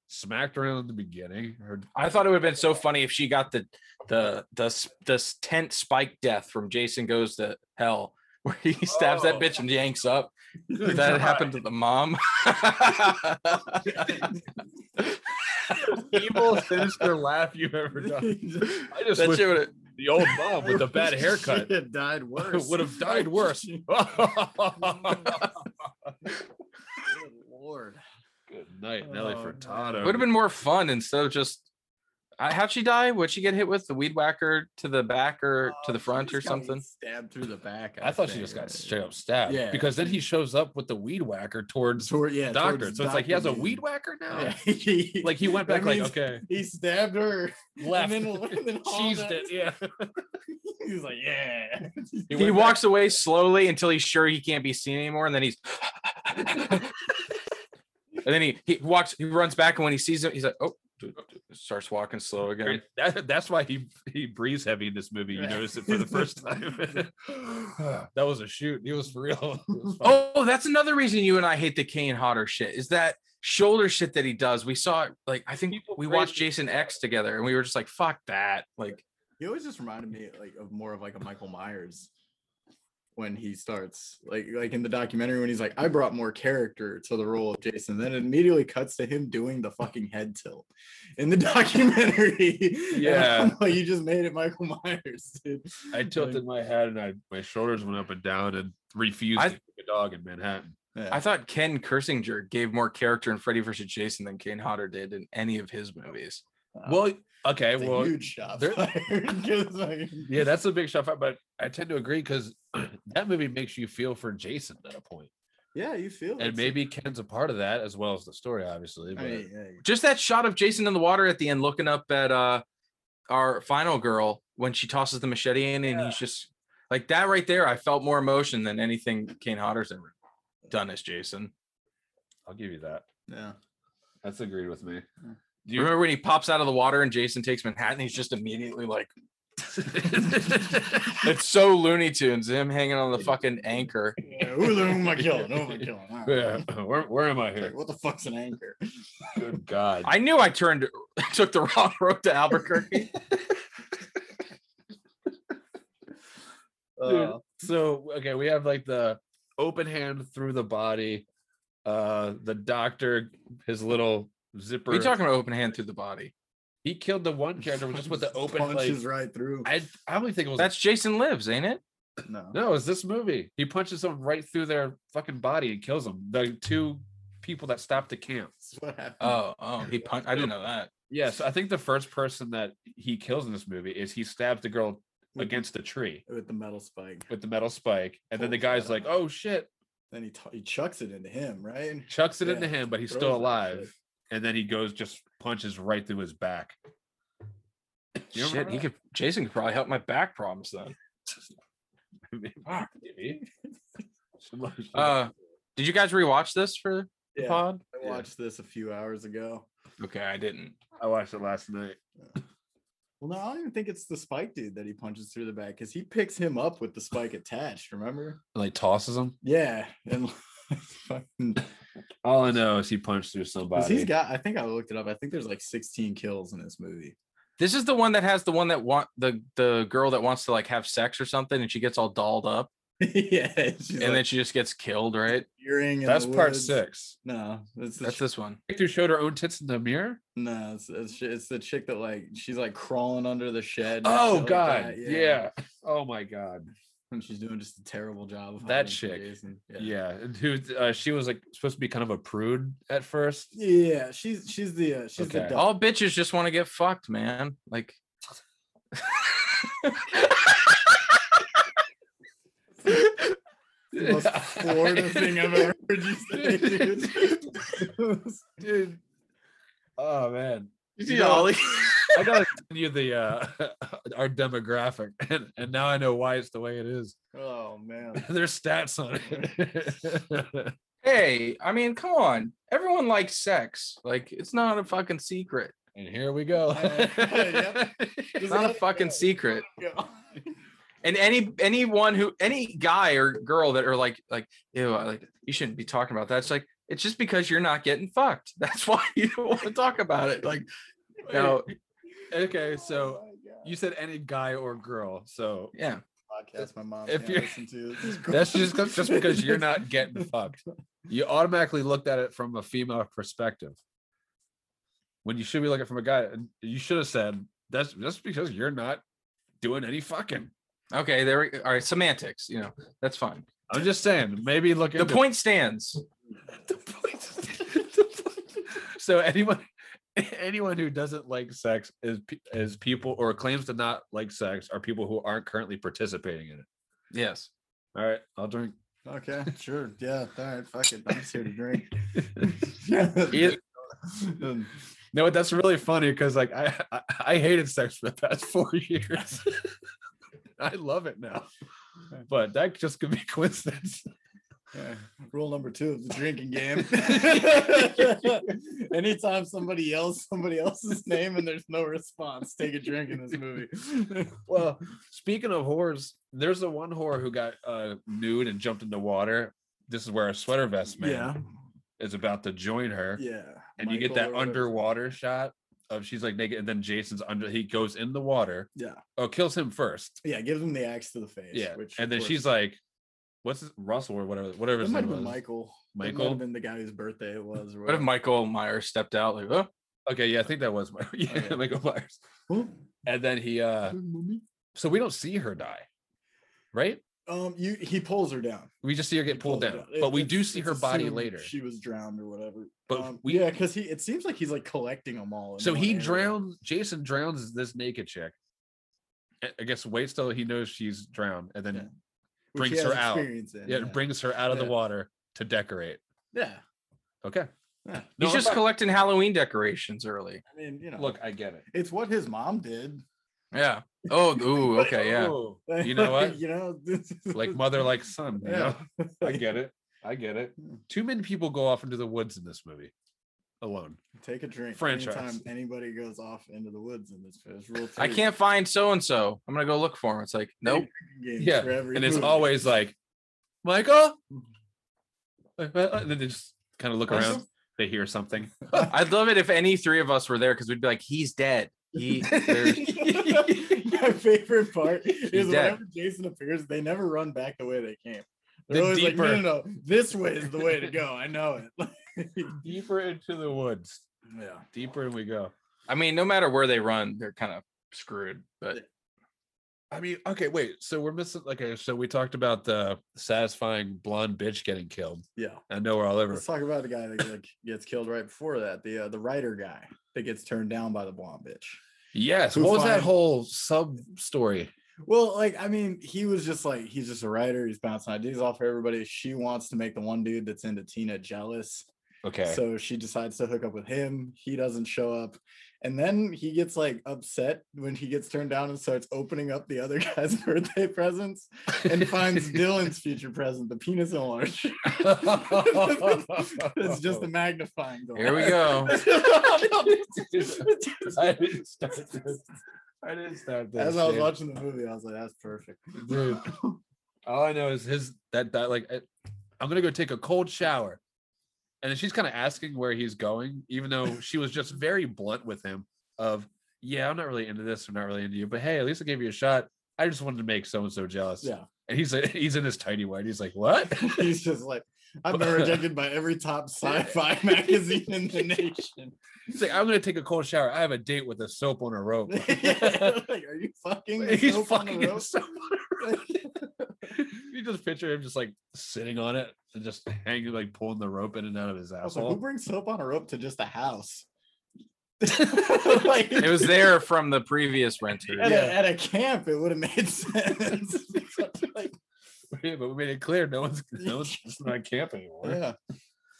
smacked around in the beginning. Her
I thought it would have been so funny if she got the the the s- the s- tent spike death from Jason Goes to Hell, where he stabs that
Oh.
bitch and yanks up. If that had happened to the mom.
evil, sinister laugh you've ever done. I just
that
wish
shit would
the old mom with the bad haircut
She had died worse.
would have died worse.
Good lord.
night, Nelly
Oh,
Furtado.
would have been more fun instead of just. I, how'd she die? Would she get hit with the weed whacker to the back or to
Oh,
the
She
front
just
or
got
something?
Stabbed through the back.
I thought she
think,
just got
right?
straight up stabbed.
Yeah.
Because then he shows up with the weed whacker towards
Toward- yeah,
the doctor.
towards
So it's like he has a
Dr.
weed whacker now.
Yeah. he,
Like he went
That
back like
means-
okay,
he stabbed her.
left,
And then, and then hauled
cheesed
out.
it. Yeah.
He was like, yeah.
He
He
went
walks away slowly until he's sure he can't be seen anymore, and then he's. and then he he walks. He runs back, and when he sees him, he's like, "Oh!" Starts walking slow again.
That, that's why he he breathes heavy in this movie. You
Right.
notice it for the first time. that was a shoot. He was for real. It was fun.
Oh, that's another reason you and I hate the Kane Hodder shit is that shoulder shit that he does. We saw it like I think
People
we
praise
watched
it.
Jason X together, and we were just like, "Fuck that!" Like
He always just reminded me like of more of like a Michael Myers when he starts like like in the documentary when he's like I brought more character to the role of Jason then it immediately cuts to him doing the fucking head tilt in the documentary And
Yeah.
I'm like, you just made it Michael Myers dude
I
Like,
tilted my head and I my shoulders went up and down and refused
I-
to kick a dog in Manhattan.
yeah.
I thought Ken Kersinger gave more character in Freddy vs. Jason than Kane Hodder did in any of his movies.
Well, okay,
It's a
well,
huge shot
there-
fired, 'cause, like,
yeah, that's a big shot, but I tend to agree because that movie makes you feel for Jason at a point,
yeah you feel
and
it.
maybe Ken's a part of that as well as the story, obviously.
I
But
mean, yeah,
Just that shot of Jason in the water at the end, looking up at uh our final girl when she tosses the machete in, and he's just like that right there. I felt more emotion than anything Kane Hodder's ever done as Jason.
I'll give you that.
yeah
That's agreed with me. Do
You
you
remember when he pops out of the water and Jason takes Manhattan? He's just immediately like, it's so Looney Tunes, him hanging on the fucking anchor.
yeah who the- who am I killing who am I killing All right.
Yeah, where, where am I
Like,
here?
what the fuck's an anchor
Good God.
I knew I turned, took the wrong road to Albuquerque.
Dude,
Uh,
so okay, we have like the open hand through the body, uh the doctor, his little zipper.
Are you talking about open hand through the body?
he killed the one character just with the open like,
punches right through
I I only think it was
That's Jason Lives, ain't it?
no
no, it's this movie. He punches them right through their fucking body and kills them. The two people that stopped the camp.
That's what happened.
Oh, oh, he punched. I didn't know that.
Yeah, so I think the first person that he kills in this movie is he stabs the girl
With-
against the tree
with the metal spike.
with the metal spike, and then the
Pulls
guy's
that
like,
out.
"Oh shit!"
Then he t- he chucks it into him, right?
chucks it
Yeah,
into him, but he's
throws
still
that shit.
alive. And then he goes, just punches right through his back. You remember
Shit, he
that?
could. Jason could probably help my back problems then.
Ah.
Maybe. Somebody-
Uh, did you guys rewatch this for the
Yeah,
pod?
I watched this a few hours ago.
Okay, I didn't.
I watched it last night.
Well, no, I don't even think it's the spike dude that he punches through the back because he picks him up with the spike attached. Remember?
Like tosses him.
Yeah, and fucking-
All I know is he punched through
'cause
somebody.
he's got. I think I looked it up. I think there's like 16 kills in this movie.
This is the one that has the one that want the the girl that wants to like have sex or something, and she gets all dolled up,
yeah, she's
and
like
then she just gets killed. Right?
peering in
That's
the
part
woods.
six.
No, that's the
That's this one.
Chick who showed her own tits in the mirror.
No, it's, it's it's the chick that like she's like crawling under the shed. and
Oh
shit like
god,
that,
yeah. Oh my god,
And she's doing just a terrible job of hiding
That
from
chick.
Jason.
yeah. and who uh, she was like supposed to be kind of a prude at first.
Yeah, she's she's the uh, she's the
Okay.
dog.
All bitches just want to get fucked, man. Like,
the most Florida thing I've ever heard you say, dude.
Dude. Oh man.
you
see Ollie? I gotta you the uh our demographic, and, and now I know why it's the way it is.
Oh man.
There's stats on it.
Hey, I mean, come on. Everyone likes sex. Like, it's not a fucking secret.
and here we go.
Yep.
It's not a fucking secret. And any anyone who any guy or girl that are like like ew, I like you shouldn't be talking about that. It's like it's just because you're not getting fucked. That's why you don't want to talk about it. Like no,
okay,
Oh,
so you said any guy or girl. So
yeah.
podcast my mom
If
if you
you're-
listen to. This is gross.
that's just just because you're not getting fucked. You automatically looked at it from a female perspective. When you should be looking from a guy, and you should have said that's just because you're not doing any fucking.
Okay, there we all right. Semantics, you know, that's fine.
I'm just saying, maybe look
The
into-
point stands.
The point- so anyone anyone who doesn't like sex is pe- is people or claims to not like sex are people who aren't currently participating in it.
Yes.
All right, I'll drink.
okay. Sure. Yeah. All right. Fuck it. I'm just here to drink.
Either-
Um,
No, that's really funny because like I, I I hated sex for the past four years. I love it now, but that just could be coincidence.
yeah. Rule number two of the drinking game. Anytime somebody yells somebody else's name and there's no response, take a drink in this movie.
Well, speaking of whores, there's the one whore who got uh, nude and jumped in the water. This is where a sweater vest man
yeah.
is about to join her,
Yeah.
and you get
Michael
that
or whatever.
underwater shot of she's like naked, and then Jason's under. He goes in the water.
Yeah.
Oh, kills him first.
Yeah. Gives him the axe to the face.
Yeah,
Which
and then she's like, "What's his, Russell or whatever? Whatever
it
his
might
name
have been
was."
Michael. It might have
Michael?
been the guy whose birthday it was. or
What if
whatever.
Michael Myers stepped out like, oh,
Okay, yeah, I think that was my yeah,
Okay.
Michael Myers.
Who?
And then he uh so we don't see her die, right?
Um, you he pulls her down.
We just see her
He
get pulled
pulls her
down.
It-
But we do
it's-
see
it's
her body
assumed
later.
She was drowned or whatever.
But
um,
we
yeah, because he it seems like he's like collecting them all. in
so
one
he
area.
drowns Jason drowns this naked chick. I- I guess waits till he knows she's drowned and then
Which
brings
he has
her out.
experience in,
yeah, brings her out of
Yeah.
the water to decorate.
yeah.
Okay.
yeah.
No,
he's
I'm
just
fine.
collecting Halloween decorations early.
I mean, you know,
Look, I get it.
it's what his mom did.
Yeah. Oh, ooh, okay, yeah.
Oh, You know what?
you know, this is-
like mother like son. you
yeah.
know? I get it. I get it. Too many people go off into the woods in this movie alone.
Take a drink.
Franchise.
Anytime anybody goes off into the woods in this film, it's rule
I
three.
can't find so and so. I'm gonna go look for him. It's like, nope.
Drinking games
Yeah,
for every
and it's
movie.
always like, Michael. Like, uh, And then they just kind of look
Michael?
around. They hear something.
I'd love it if any three of us were there because we'd be like, he's dead. He, there's-
My favorite part is
dead.
whenever Jason appears, they never run back the way they came. They're
The
always
deeper-
like, no, no, no, this way is the way to go. I know it.
deeper into the woods.
yeah.
Deeper and we go.
I mean, no matter where they run, they're kind of screwed. But
I mean, okay, wait. So we're missing. Okay, so we talked about the satisfying blonde bitch getting killed.
Yeah.
I know we're all over.
Let's talk about the guy that like, gets killed right before that. The uh, the writer guy that gets turned down by the blonde bitch.
Yes.
Who
What was that
find-
whole sub story?
Well, like I mean, he was just like he's just a writer. He's bouncing ideas off of everybody. She wants to make the one dude that's into Tina jealous.
Okay.
So she decides to hook up with him. He doesn't show up. And then he gets like upset when he gets turned down and starts opening up the other guy's birthday presents and finds Dylan's future present, the penis enlarger. it's just a magnifying
Oh. here
glass.
we go.
I didn't start this. I didn't start this.
As I was
dude.
watching the movie, I was like, that's perfect.
Dude, all I know is his that that like I- I'm gonna go take a cold shower, and then she's kind of asking where he's going, even though she was just very blunt with him. Of yeah, I'm not really into this. I'm not really into you, but hey, at least I gave you a shot. I just wanted to make so and so jealous.
Yeah.
and he's like, he's in his tidy white. He's like, what?
He's just like, I've been rejected by every top sci-fi magazine in the nation.
He's like, I'm gonna take a cold shower. I have a date with a soap on a rope.
like, are you fucking?
He's
soap on the
fucking in
rope?
soap on a rope. you just picture him just like sitting on it and just hanging, like pulling the rope in and out of his
I was like, who
asshole.
brings soap on a rope to just a house? like,
It was there from the previous renter.
at,
Yeah.
a, at a camp, it would have made sense. like,
Yeah, but we made it clear no one's no one's it's not camp anymore.
yeah.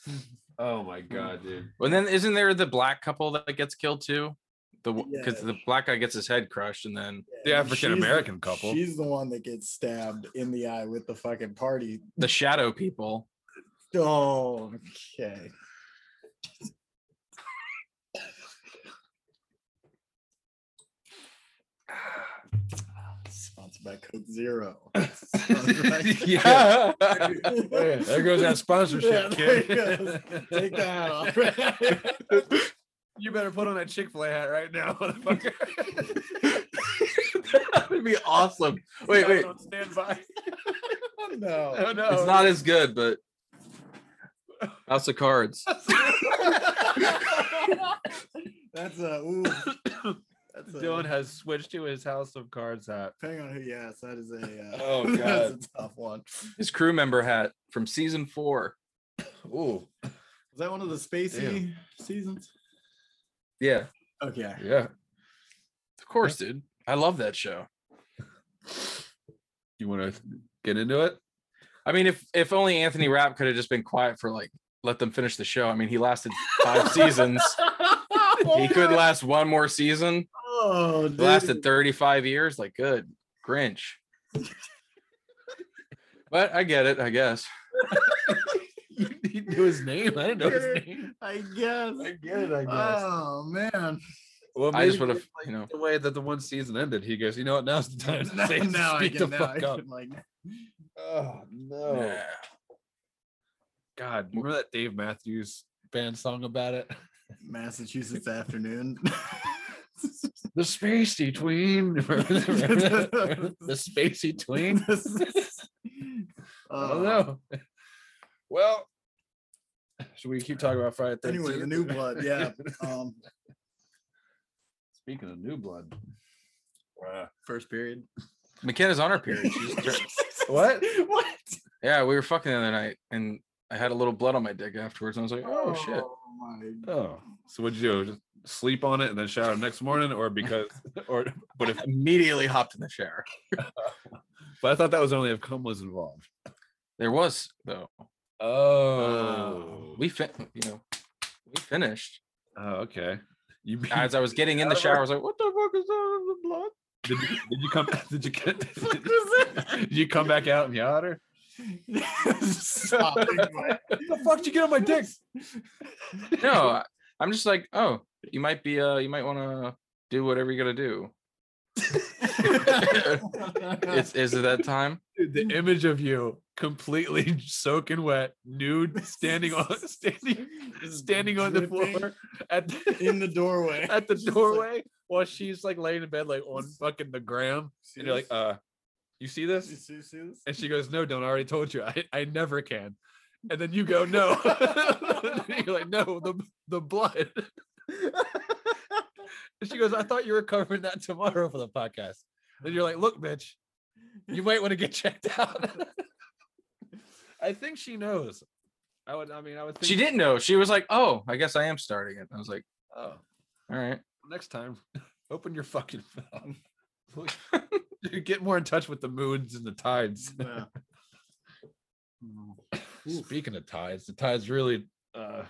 Mm.
Oh my god, dude.
And then isn't there the black couple that gets killed too? the because
Yeah.
the black guy gets his head crushed and then
The
And
African American
she's the-
couple.
She's the one that gets stabbed in the eye with the fucking party.
the shadow people.
Oh, okay. Sponsored by Coke Zero. Sponsored by-
yeah. Oh,
Yeah,
there goes that sponsorship,
there it
kid.
goes. Take that hat off.
You better put on that Chick Fil A hat right now, motherfucker. that would be awesome.
Wait, wait.
stand by.
no.
Oh no,
It's not as good, but House of Cards.
That's a ooh. That's a,
Dylan has switched to his House of Cards hat.
depending on who you ask, that is a uh,
Oh,
that's a tough one.
His crew member hat from season four.
Ooh,
Was that one of the spacey seasons?
Yeah,
Okay.
yeah.
of course, dude. I love that show.
You want to get into it?
I mean, if if only Anthony Rapp could have just been quiet for like let them finish the show. I mean, he lasted five seasons. He could last one more season.
Oh, dude.
Lasted 35 years. Like, good Grinch. But I get it, I guess.
You need to know his name. I didn't know his name. Ah.
I guess.
get it. I
Oh man.
Well,
I just
maybe
would've,
it's like
you know.
the way that the one season ended. He goes, you know what? Now's the time. To
Now,
say-
now I
speak
can,
the
now I
fuck up.
can like
Oh no,
Nah.
God! Remember that Dave Matthews band song about it?
Massachusetts afternoon.
The spacey tween. the spacey tween. I
Uh, Oh,
don't know. Well, should we keep talking about Friday? 13th?
Anyway, the new blood. Yeah. Um,
Speaking of new blood.
first period.
McKenna's honor period. She just turned-
What?
What?
yeah, we were fucking the other night and I had a little blood on my dick afterwards. And I was like, oh, shit.
my-
Oh, so what'd you do? Just sleep on it and then shower next morning, or because, or but if
Immediately hopped in the shower.
but I thought that was only if cum was involved.
There was though.
Oh,
We fin- you know, we finished.
oh okay. You be-
As I was getting in the shower, I was like, what the fuck is that in the blood?
did, you, did you come? Did you get? Did you come back out and yacht her?
Stop it, what?
the fuck did you get on my dick?
no I- i'm just like oh you might be uh you might want to do whatever you gotta do it's is it that time
Dude, the image of you completely soaking wet, nude, standing on standing
Just
standing on the
dripping
floor at the,
in the doorway.
at the
Just like-
doorway while she's like laying in bed like on fucking the gram. And you're like, uh, you see
See
this?
this? See- see this?
And she goes, No, don't I already told you. I, I never can. And then you go, No. you're like, No, the the blood. and she goes, I thought you were covering that tomorrow for the podcast. And you're like, Look, bitch, you might want to get checked out. I think she knows. I would I mean I would think
she didn't know she was like oh i guess i am starting it i was like
Oh.
all right
next time, open your fucking mouth. Dude, Get more in touch with the moods and the tides.
Yeah.
Speaking of tides, the tides really uh,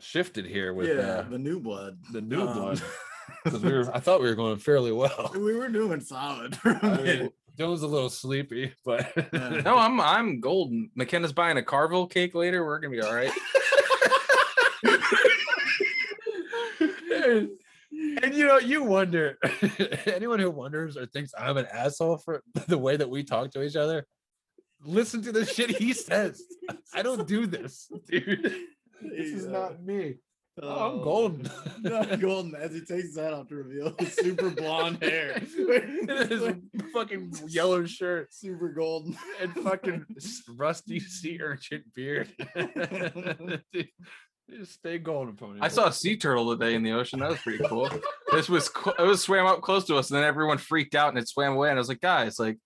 shifted here with
yeah,
uh,
the new blood.
the new
Um,
blood. 'cause we were, I thought we were going fairly well.
We were doing solid for a
I
minute.
mean, Dylan's a little sleepy, but
Yeah.
no i'm i'm golden mckenna's buying a carville cake later we're gonna be all right
and, and, you know, you wonder anyone who wonders or thinks I'm an asshole for the way that we talk to each other, listen to the shit he says. I don't do this, dude. This is
Yeah.
not me. Oh, I'm
Oh,
golden.
not golden. As he takes that off to reveal his super blonde hair,
And his fucking yellow shirt
super golden.
and fucking s- rusty sea urchin beard. Dude, Just stay golden, pony.
i saw a sea turtle today in the ocean that was pretty cool this was cl- it was swam up close to us and then everyone freaked out and it swam away and i was like guys like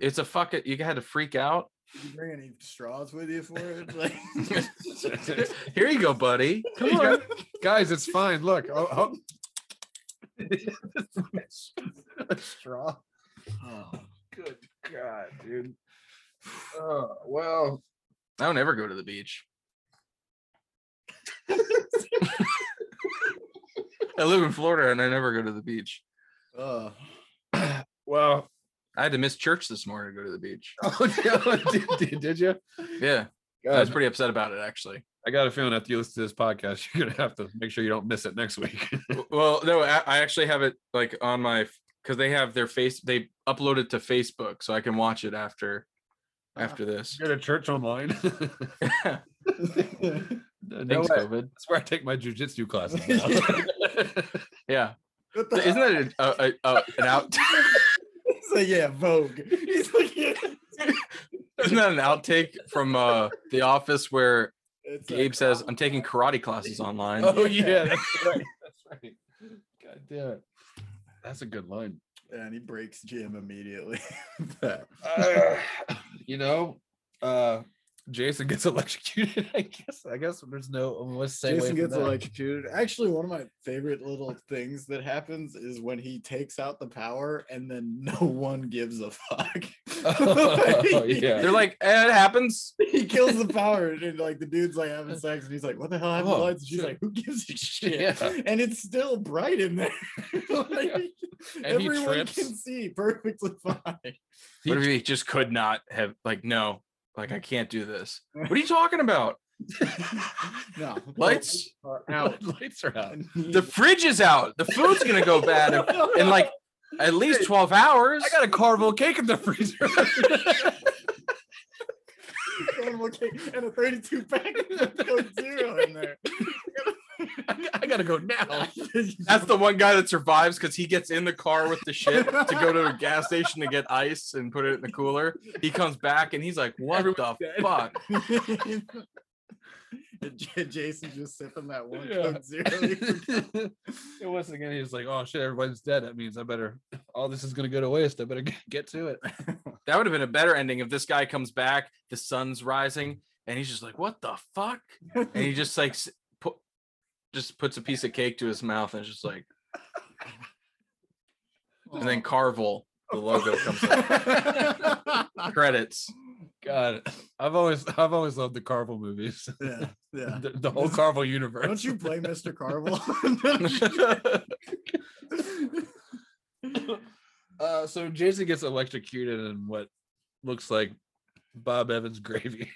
it's a fucking you had to freak out
Did you bring any straws with you for it? Like,
here you go buddy come
You
on
got- guys, it's fine. Look, oh, oh. straw.
oh,
Good God, dude. Oh well,
I don't ever go to the beach. I live in Florida and I never go to the beach.
Uh,
Well,
I had to miss church this morning to go to the beach.
oh, no, did, did, did you?
Yeah, I was
God,
pretty upset about it actually.
I got a feeling after you listen to this podcast, you're gonna have to make sure you don't miss it next week.
W- Well, no, I, I actually have it like on my because they have their face. They upload it to Facebook, so I can watch it after after this.
Go to church online.
Thanks,
no, no way.
COVID.
That's where I take my jujitsu classes.
Yeah,
what the
isn't that a, a, a, a- an out?
He's like, yeah, Vogue. He's like, yeah.
Isn't that an outtake from uh, The Office where
It's like, oh,
Gabe says, "I'm taking karate classes online"?
Oh yeah, that's right. That's right. God damn it. That's a good line.
and he breaks Jim immediately. But-
you know, uh Jason gets electrocuted. I guess I guess there's no let's say
Jason gets electrocuted. Actually, one of my favorite little things that happens is when he takes out the power and then no one gives a fuck.
Oh, yeah.
They're like, eh, it happens.
He kills the power and like the dude's like having sex and he's like, What the hell happened to the
Oh,
lights? And she's
shit.
like, Who gives a shit?
Yeah.
And it's still bright in there. Like,
And he
everyone
trips.
can see perfectly fine.
What if he just could not have like no, like I can't do this. What are you talking about?
no. the
Lights?
are out.
lights are out.
The fridge is out. The food's gonna go bad in, in like at least twelve hours.
I got a carnival cake in the freezer.
Animal cake and a 32 pack of Coke Zero in there.
I, I gotta go now.
That's the one guy that survives because he gets in the car with the shit to go to a gas station to get ice and put it in the cooler. He comes back and he's like, "What the fuck?"
J- Jason just sipping that one
Yeah.
Coke Zero.
it wasn't again. He was like, "Oh shit, everybody's dead. That means I better. All this is gonna go to waste. I better g- get to it."
That would have been a better ending if this guy comes back, the sun's rising, and he's just like, "What the fuck?" And he just like s- put, just puts a piece of cake to his mouth and just like, and then Carvel the logo comes up. Credits.
God, I've always, I've always loved the Carvel movies,
yeah, yeah.
the, the whole Carvel universe.
Don't you play Mr. Carvel?
Uh, so Jason gets electrocuted in what looks like Bob Evans gravy.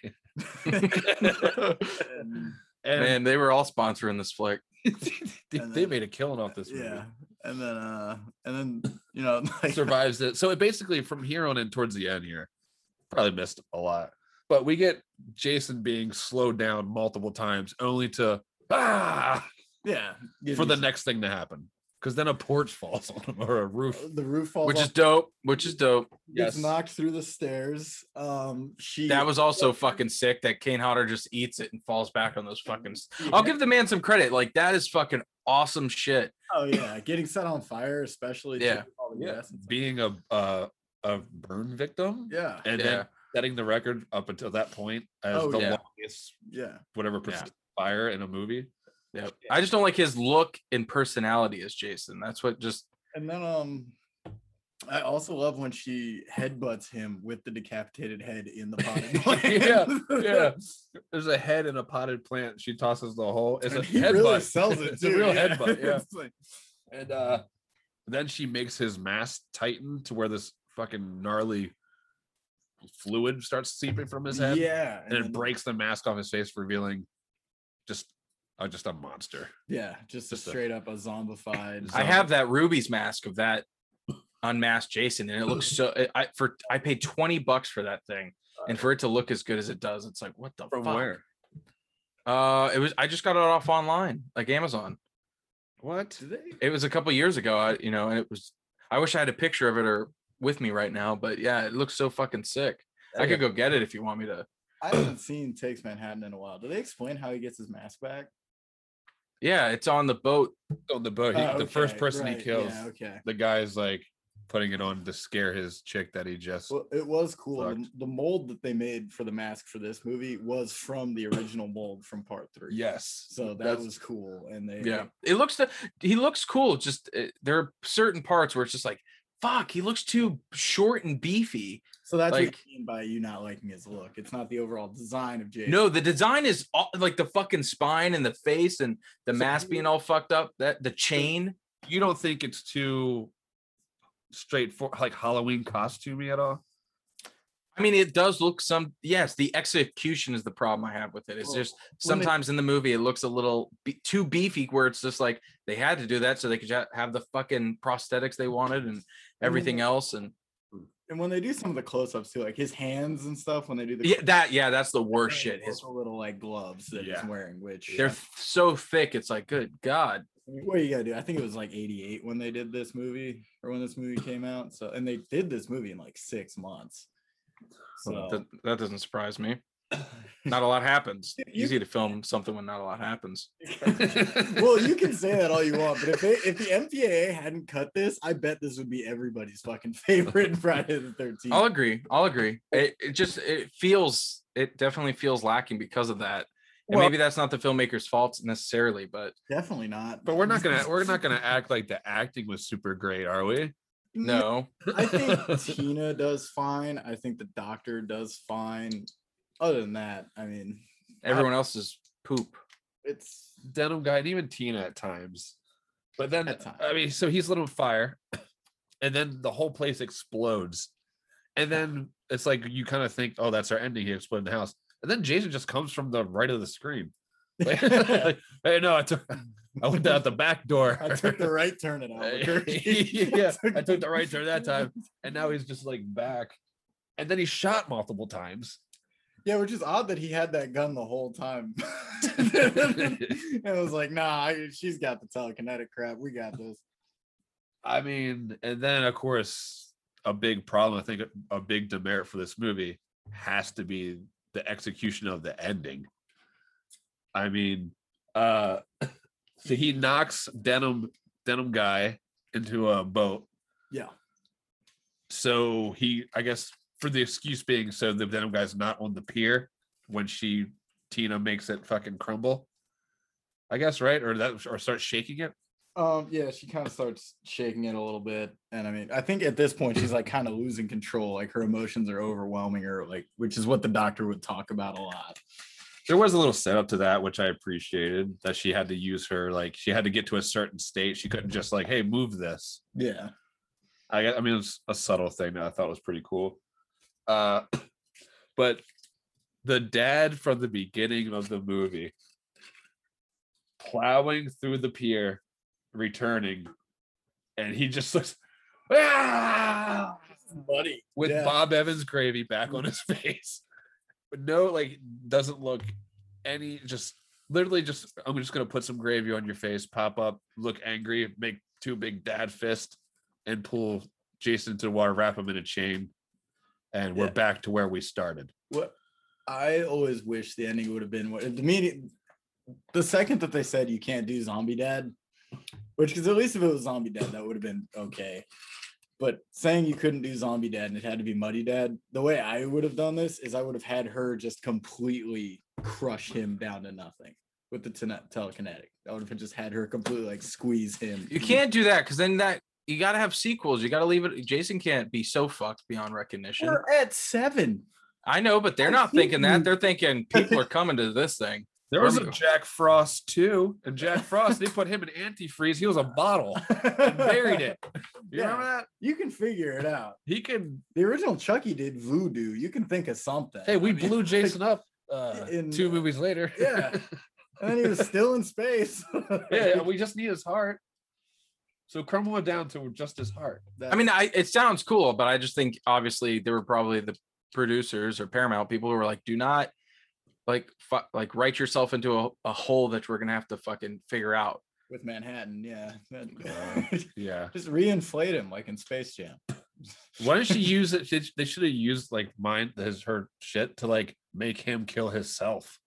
And-
and
Man, they were all sponsoring this flick.
they,
and
they
then-
made a killing off this movie.
yeah, and then uh, and then you know, like,
Survives it. So it basically from here on in towards the end here, probably missed a lot. But we get Jason being slowed down multiple times only to ah
yeah, give
for
you
the
some-
next thing to happen. Because then a porch falls on him or a roof.
Uh, the roof falls
which
off
is dope. Which is dope.
gets
Yes.
knocked through the stairs. Um, she
That was also fucking sick. That Kane Hodder just eats it and falls back on those fucking. s- I'll give the man some credit. Like that is fucking awesome shit.
oh yeah, getting set on fire, especially too,
Yeah.
with all the
Yeah.
gas and stuff.
Being a uh, a burn victim
yeah,
and
yeah,
then setting the record up until that point as
Oh,
the
yeah.
longest
yeah,
whatever percent fire in a movie.
yeah. I just don't like his look and personality as Jason. That's what just
and then um. I also love when she headbutts him with the decapitated head in the potted
Yeah,
plant.
yeah. There's a head in a potted plant. She tosses the whole. It's a
And he
headbutt.
really sells it
It's
too.
a real
yeah.
headbutt. Yeah.
It's like-
and uh, then she makes his mask tighten to where this fucking gnarly fluid starts seeping from his head,
yeah,
and it
then-
breaks the mask off his face, revealing just uh, just a monster.
Yeah, just,
Just
a
a-
straight up a zombified.
I have that Ruby's mask of that unmasked Jason, and it looks so. I- I for I paid twenty bucks for that thing, and for it to look as good as it does, it's like what the fuck? Uh, it was. I just got it off online, like Amazon.
What?
It was a couple years ago, I, you know, and it was. I wish I had a picture of it or with me right now, but yeah, it looks so fucking sick. I could go get it if you want me to.
I haven't seen Takes Manhattan in a while. Do they explain how he gets his mask back?
Yeah, it's on the boat.
on the boat. He,
Oh,
the first
okay,
person
right,
he kills,
Yeah, okay.
the guy's like putting it on to scare his chick that he just.
Well, it was cool. The,
Sucked.
the mold that they made for the mask for this movie was from the original mold from part three.
yes.
So that
that's-
was cool. And they
Mm, Yeah, it looks. The, he looks cool. eh, Just uh, there are certain parts where it's just like, fuck, he looks too short and beefy.
So that's what
Like-
you mean by you not liking his look. It's not the overall design of Jason.
No, the design is all, like the fucking spine and the face and the mask being all fucked up. That the chain.
You don't think it's too straightforward, like Halloween costumey at all?
I mean, it does look some. Yes, the execution is the problem I have with it. It's
Well,
just
when they-
sometimes in the movie it looks a little be- too beefy, where it's just like they had to do that so they could ju- have the fucking prosthetics they wanted and
Mm.
everything else. And
And when they do some of the close-ups too, like his hands and stuff, when they do the
yeah, that yeah, that's the
close-ups,
worst
they
shit.
look
His,
the little like gloves that
Yeah.
he's wearing, which
they're th- so thick. It's like good god.
what you gotta do. I think it was like '88 when they did this movie or when this movie came out. So and they did this movie in like six months. So
That, that doesn't surprise me. Not a lot happens.
You-
Easy to film something when not a lot happens.
well, you can say that all you want, but if they, if the MPAA hadn't cut this, I bet this would be everybody's fucking favorite Friday the Thirteenth.
I'll agree. I'll agree. It, it just it feels it definitely feels lacking because of that. And
Well-
maybe that's not the filmmaker's fault necessarily, but
Definitely not.
But we're not gonna we're not gonna act like the acting was super great, are we?
Mm,
no.
I think Tina does fine. I think the doctor does fine. Other than that, I mean,
Everyone else is poop.
it's
Denim guy and even Tina at times. But then
At times.
I mean, so he's lit on fire, and then the whole place explodes, and then it's like you kind of think, oh, that's our ending. He exploded the house, and then Jason just comes from the right of the screen. Like, like, hey, no, I took I went out the back door.
I took the right turn at Albuquerque.
yeah, I took the right turn that time, and now he's just like back. And then he shot multiple times.
Yeah, which is odd that he had that gun the whole time. and I was like, nah, I- she's got the telekinetic crap. We got this.
I mean, and then of course, a big problem, I think a- a big demerit for this movie has to be the execution of the ending. I mean, uh so he knocks Denim Denim guy into a boat.
Yeah.
So he I guess for the excuse being so the Denim guy's not on the pier when she Tina makes it fucking crumble. I guess, right? Or that or start shaking it.
Um, yeah, she kind of starts shaking it a little bit. And I mean, I think at this point she's like kind of losing control. Like her emotions are overwhelming her, like which is what the doctor would talk about a lot.
there was a little setup to that which i appreciated that she had to use her like she had to get to a certain state she couldn't just like hey move this
Yeah.
i gue- i mean it's a subtle thing that i thought was pretty cool uh but the dad from the beginning of the movie plowing through the pier returning and he just looks ah!
Buddy.
with
Yeah.
Bob Evans gravy back on his face. But no, like doesn't look any just literally just I'm just gonna put some gravy on your face, pop up, look angry, make two big dad fist, and pull Jason to the water, wrap him in a chain, and we're
Yeah.
back to where we started.
What I always wish the ending would have been what the media, the second that they said you can't do zombie dad, which because at least if it was zombie dad, that would have been okay. But saying you couldn't do zombie dad and it had to be muddy dad, the way I would have done this is I would have had her just completely crush him down to nothing with the tene- telekinetic. I would have just had her completely like squeeze him.
You can't do that because then that you gotta have sequels. You gotta leave it. Jason can't be so fucked beyond recognition.
We're at seven.
I know, but they're
I
not
think
thinking
you-
that. They're thinking people are coming to this thing.
There
Where
was
we
a
go.
Jack Frost too, and Jack Frost they put him in antifreeze. He was a bottle, and buried it. You
Yeah.
remember that?
You can figure it out.
He can.
The original Chucky did voodoo. You can think of something.
Hey, we
I mean,
blew Jason up uh,
in,
two
uh,
movies later.
yeah. and then he was still in space.
yeah, we just need his heart. So crumble it down to just his heart.
I mean, I it sounds cool, but I just think obviously there were probably the producers or Paramount people who were like, "Do not like fu- like write yourself into a, a hole that we're gonna have to fucking figure out."
with Manhattan, yeah,
God. Yeah.
just reinflate him like in Space Jam.
Why didn't she use it? She- They should have used like mine his her shit to like make him kill himself.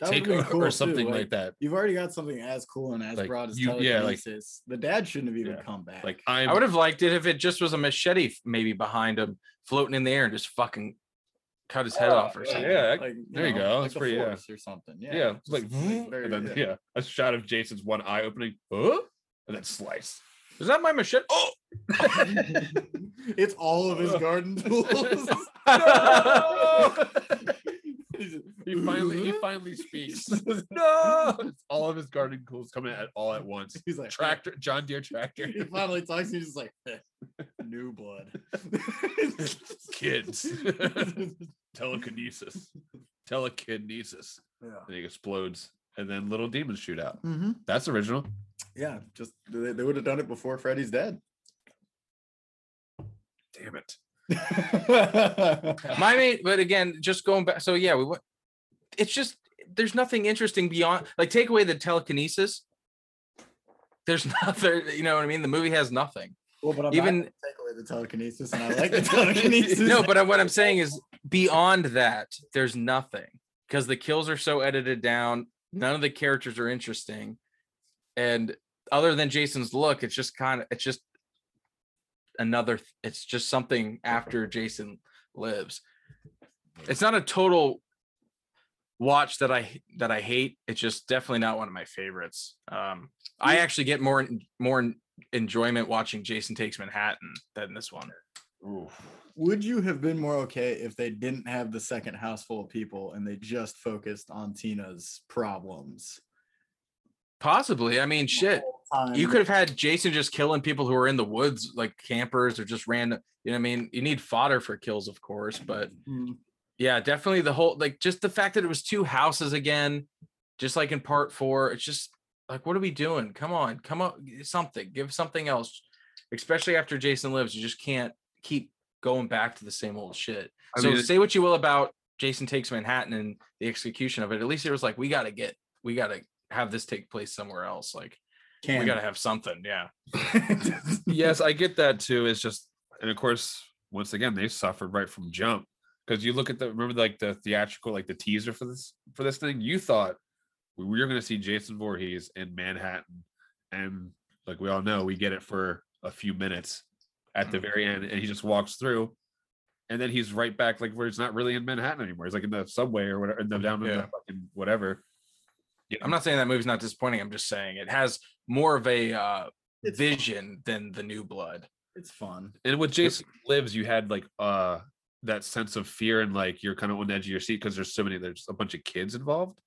That
Take
would've been
or,
cool,
or
too,
something like, that.
You've already got something as cool and as
Like,
broad as
you- yeah, like-
telekinesis. the dad shouldn't have even
Yeah,
come back.
Like I'm
I would have liked it if it just was a machete f- maybe behind him floating in the air and just fucking cut his head off or
oh, yeah,
something.
yeah,
Like,
there you go, that's
the
pretty- yeah.
Force or something. Yeah,
yeah,
just,
like,
like, very-
and then,
yeah.
yeah. a shot of Jason's one eye opening, oh, and then slice.
Is that my machete? Oh,
it's all of his garden tools.
He finally he finally speaks. no, It's all of his garden tools coming at all at once.
He's like
Tractor, John Deere tractor,
He finally talks. And he's just like "Eh, new blood.
kids, telekinesis, telekinesis,
yeah.
and he explodes, and then little demons shoot out.
Mm-hmm.
That's original.
Yeah. Just they, they would have done it before Freddy's dead.
Damn it.
yeah.
My main, but again, just going back. So yeah, we went. It's just there's nothing interesting beyond like take away the telekinesis. There's nothing, you know what I mean. The movie has nothing.
Well, but I'm
Even-
even take away the telekinesis, and I like the telekinesis.
No, but I- what I'm saying is beyond that, there's nothing because the kills are so edited down. None of the characters are interesting, and other than Jason's look, it's just kind of it's just another. th- It's just something after Jason lives. It's not a total watch that I h- that I hate. It's just definitely not one of my favorites. Um, I actually get more en- more en- enjoyment watching Jason Takes Manhattan than this one.
would you have been more okay if they didn't have the second house full of people and they just focused on Tina's problems?
Possibly. I mean, shit. You
Um,
could have had Jason just killing people who are in the woods, like campers or just random. You know what I mean? You need fodder for kills, of course. But
Mm.
yeah, definitely the whole, like, just the fact that it was two houses again, just like in part four. It's just like, what are we doing? Come on, come up, something, give something else. Especially after Jason lives, you just can't keep going back to the same old shit.
I
so
mean, it-
say what you will about Jason Takes Manhattan and the execution of it. At least it was like, we got to get, we got to have this take place somewhere else. Like,
Can.
we gotta have something, yeah.
yes, I get that too. It's just, and of course, once again, they suffered right from jump because you look at the remember like the theatrical, like the teaser for this for this thing. You thought we were going to see Jason Voorhees in Manhattan, and like we all know, we get it for a few minutes at the very end, and he just walks through, and then he's right back like where he's not really in Manhattan anymore. He's like in the subway or whatever, in the down in
Yeah.
the fucking whatever.
I'm not saying that movie's not disappointing. I'm just saying it has more of a uh,
It's-
vision than the New Blood.
it's fun.
And with Jason Lives, you had like uh that sense of fear and like you're kind of on the edge of your seat because there's so many there's a bunch of kids involved.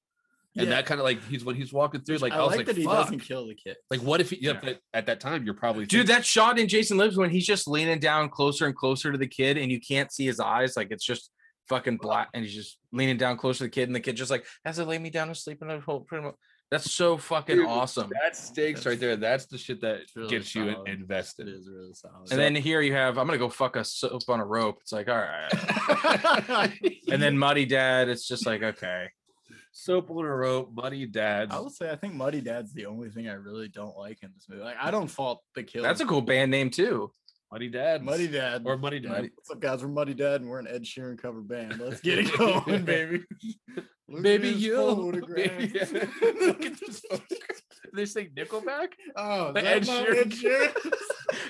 And
Yeah.
that kind of like he's when he's walking through, like I,
I
was
like
like,
that he
fuck.
doesn't kill the kid.
Like what if he yeah,
Yeah.
but at that time you're probably
Dude,
thinking,
that shot in Jason Lives when he's just leaning down closer and closer to the kid, and you can't see his eyes, like it's just fucking black, and he's just leaning down closer to the kid, and the kid just like as I lay me down to sleep, and I hold pretty much. That's so fucking
Dude,
awesome.
that stakes right there. That's the shit that
really
gets you in-
solid. It
invested.
is really solid.
And then here you have I'm gonna go fuck a soap on a rope. It's like all right, and then Muddy Dad. It's just like okay.
Soap on a rope, muddy dads.
I will say I think Muddy Dad's the only thing I really don't like in this movie. Like I don't fault the kill.
That's a cool band name too.
Muddy dads.
Muddy Dad.
or muddy dad.
What's up, guys? We're Muddy Dad, and we're an Ed Sheeran cover band. Let's get it going, baby. Look at
Baby,
this
you.
photograph.
Look at this. they say Nickelback.
Oh, is
The
that
Ed
not
Sheeran.
Ed Sheeran?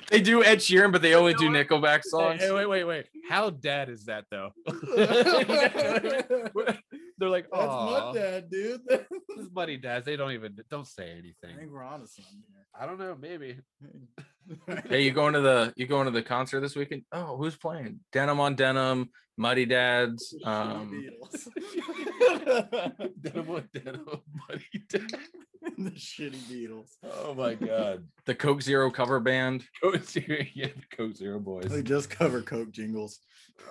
they do Ed Sheeran, but they only do
know what?
Nickelback songs.
Hey, wait, wait, wait. How dad is that though?
That's
They're like, oh,
Mud Dad, dude. I
this buddy dads. They don't even don't say anything.
think we're onto something here.
I don't know. Maybe
Hey, you going to the you going to the concert this weekend? Oh, who's playing? Denim on Denim, Muddy Dads. Um,
the
denim on denim, buddy dad.
shitty Beatles.
Oh my god.
the Coke Zero cover band.
Code zero, yeah, the code zero
They
boys.
just cover Coke jingles.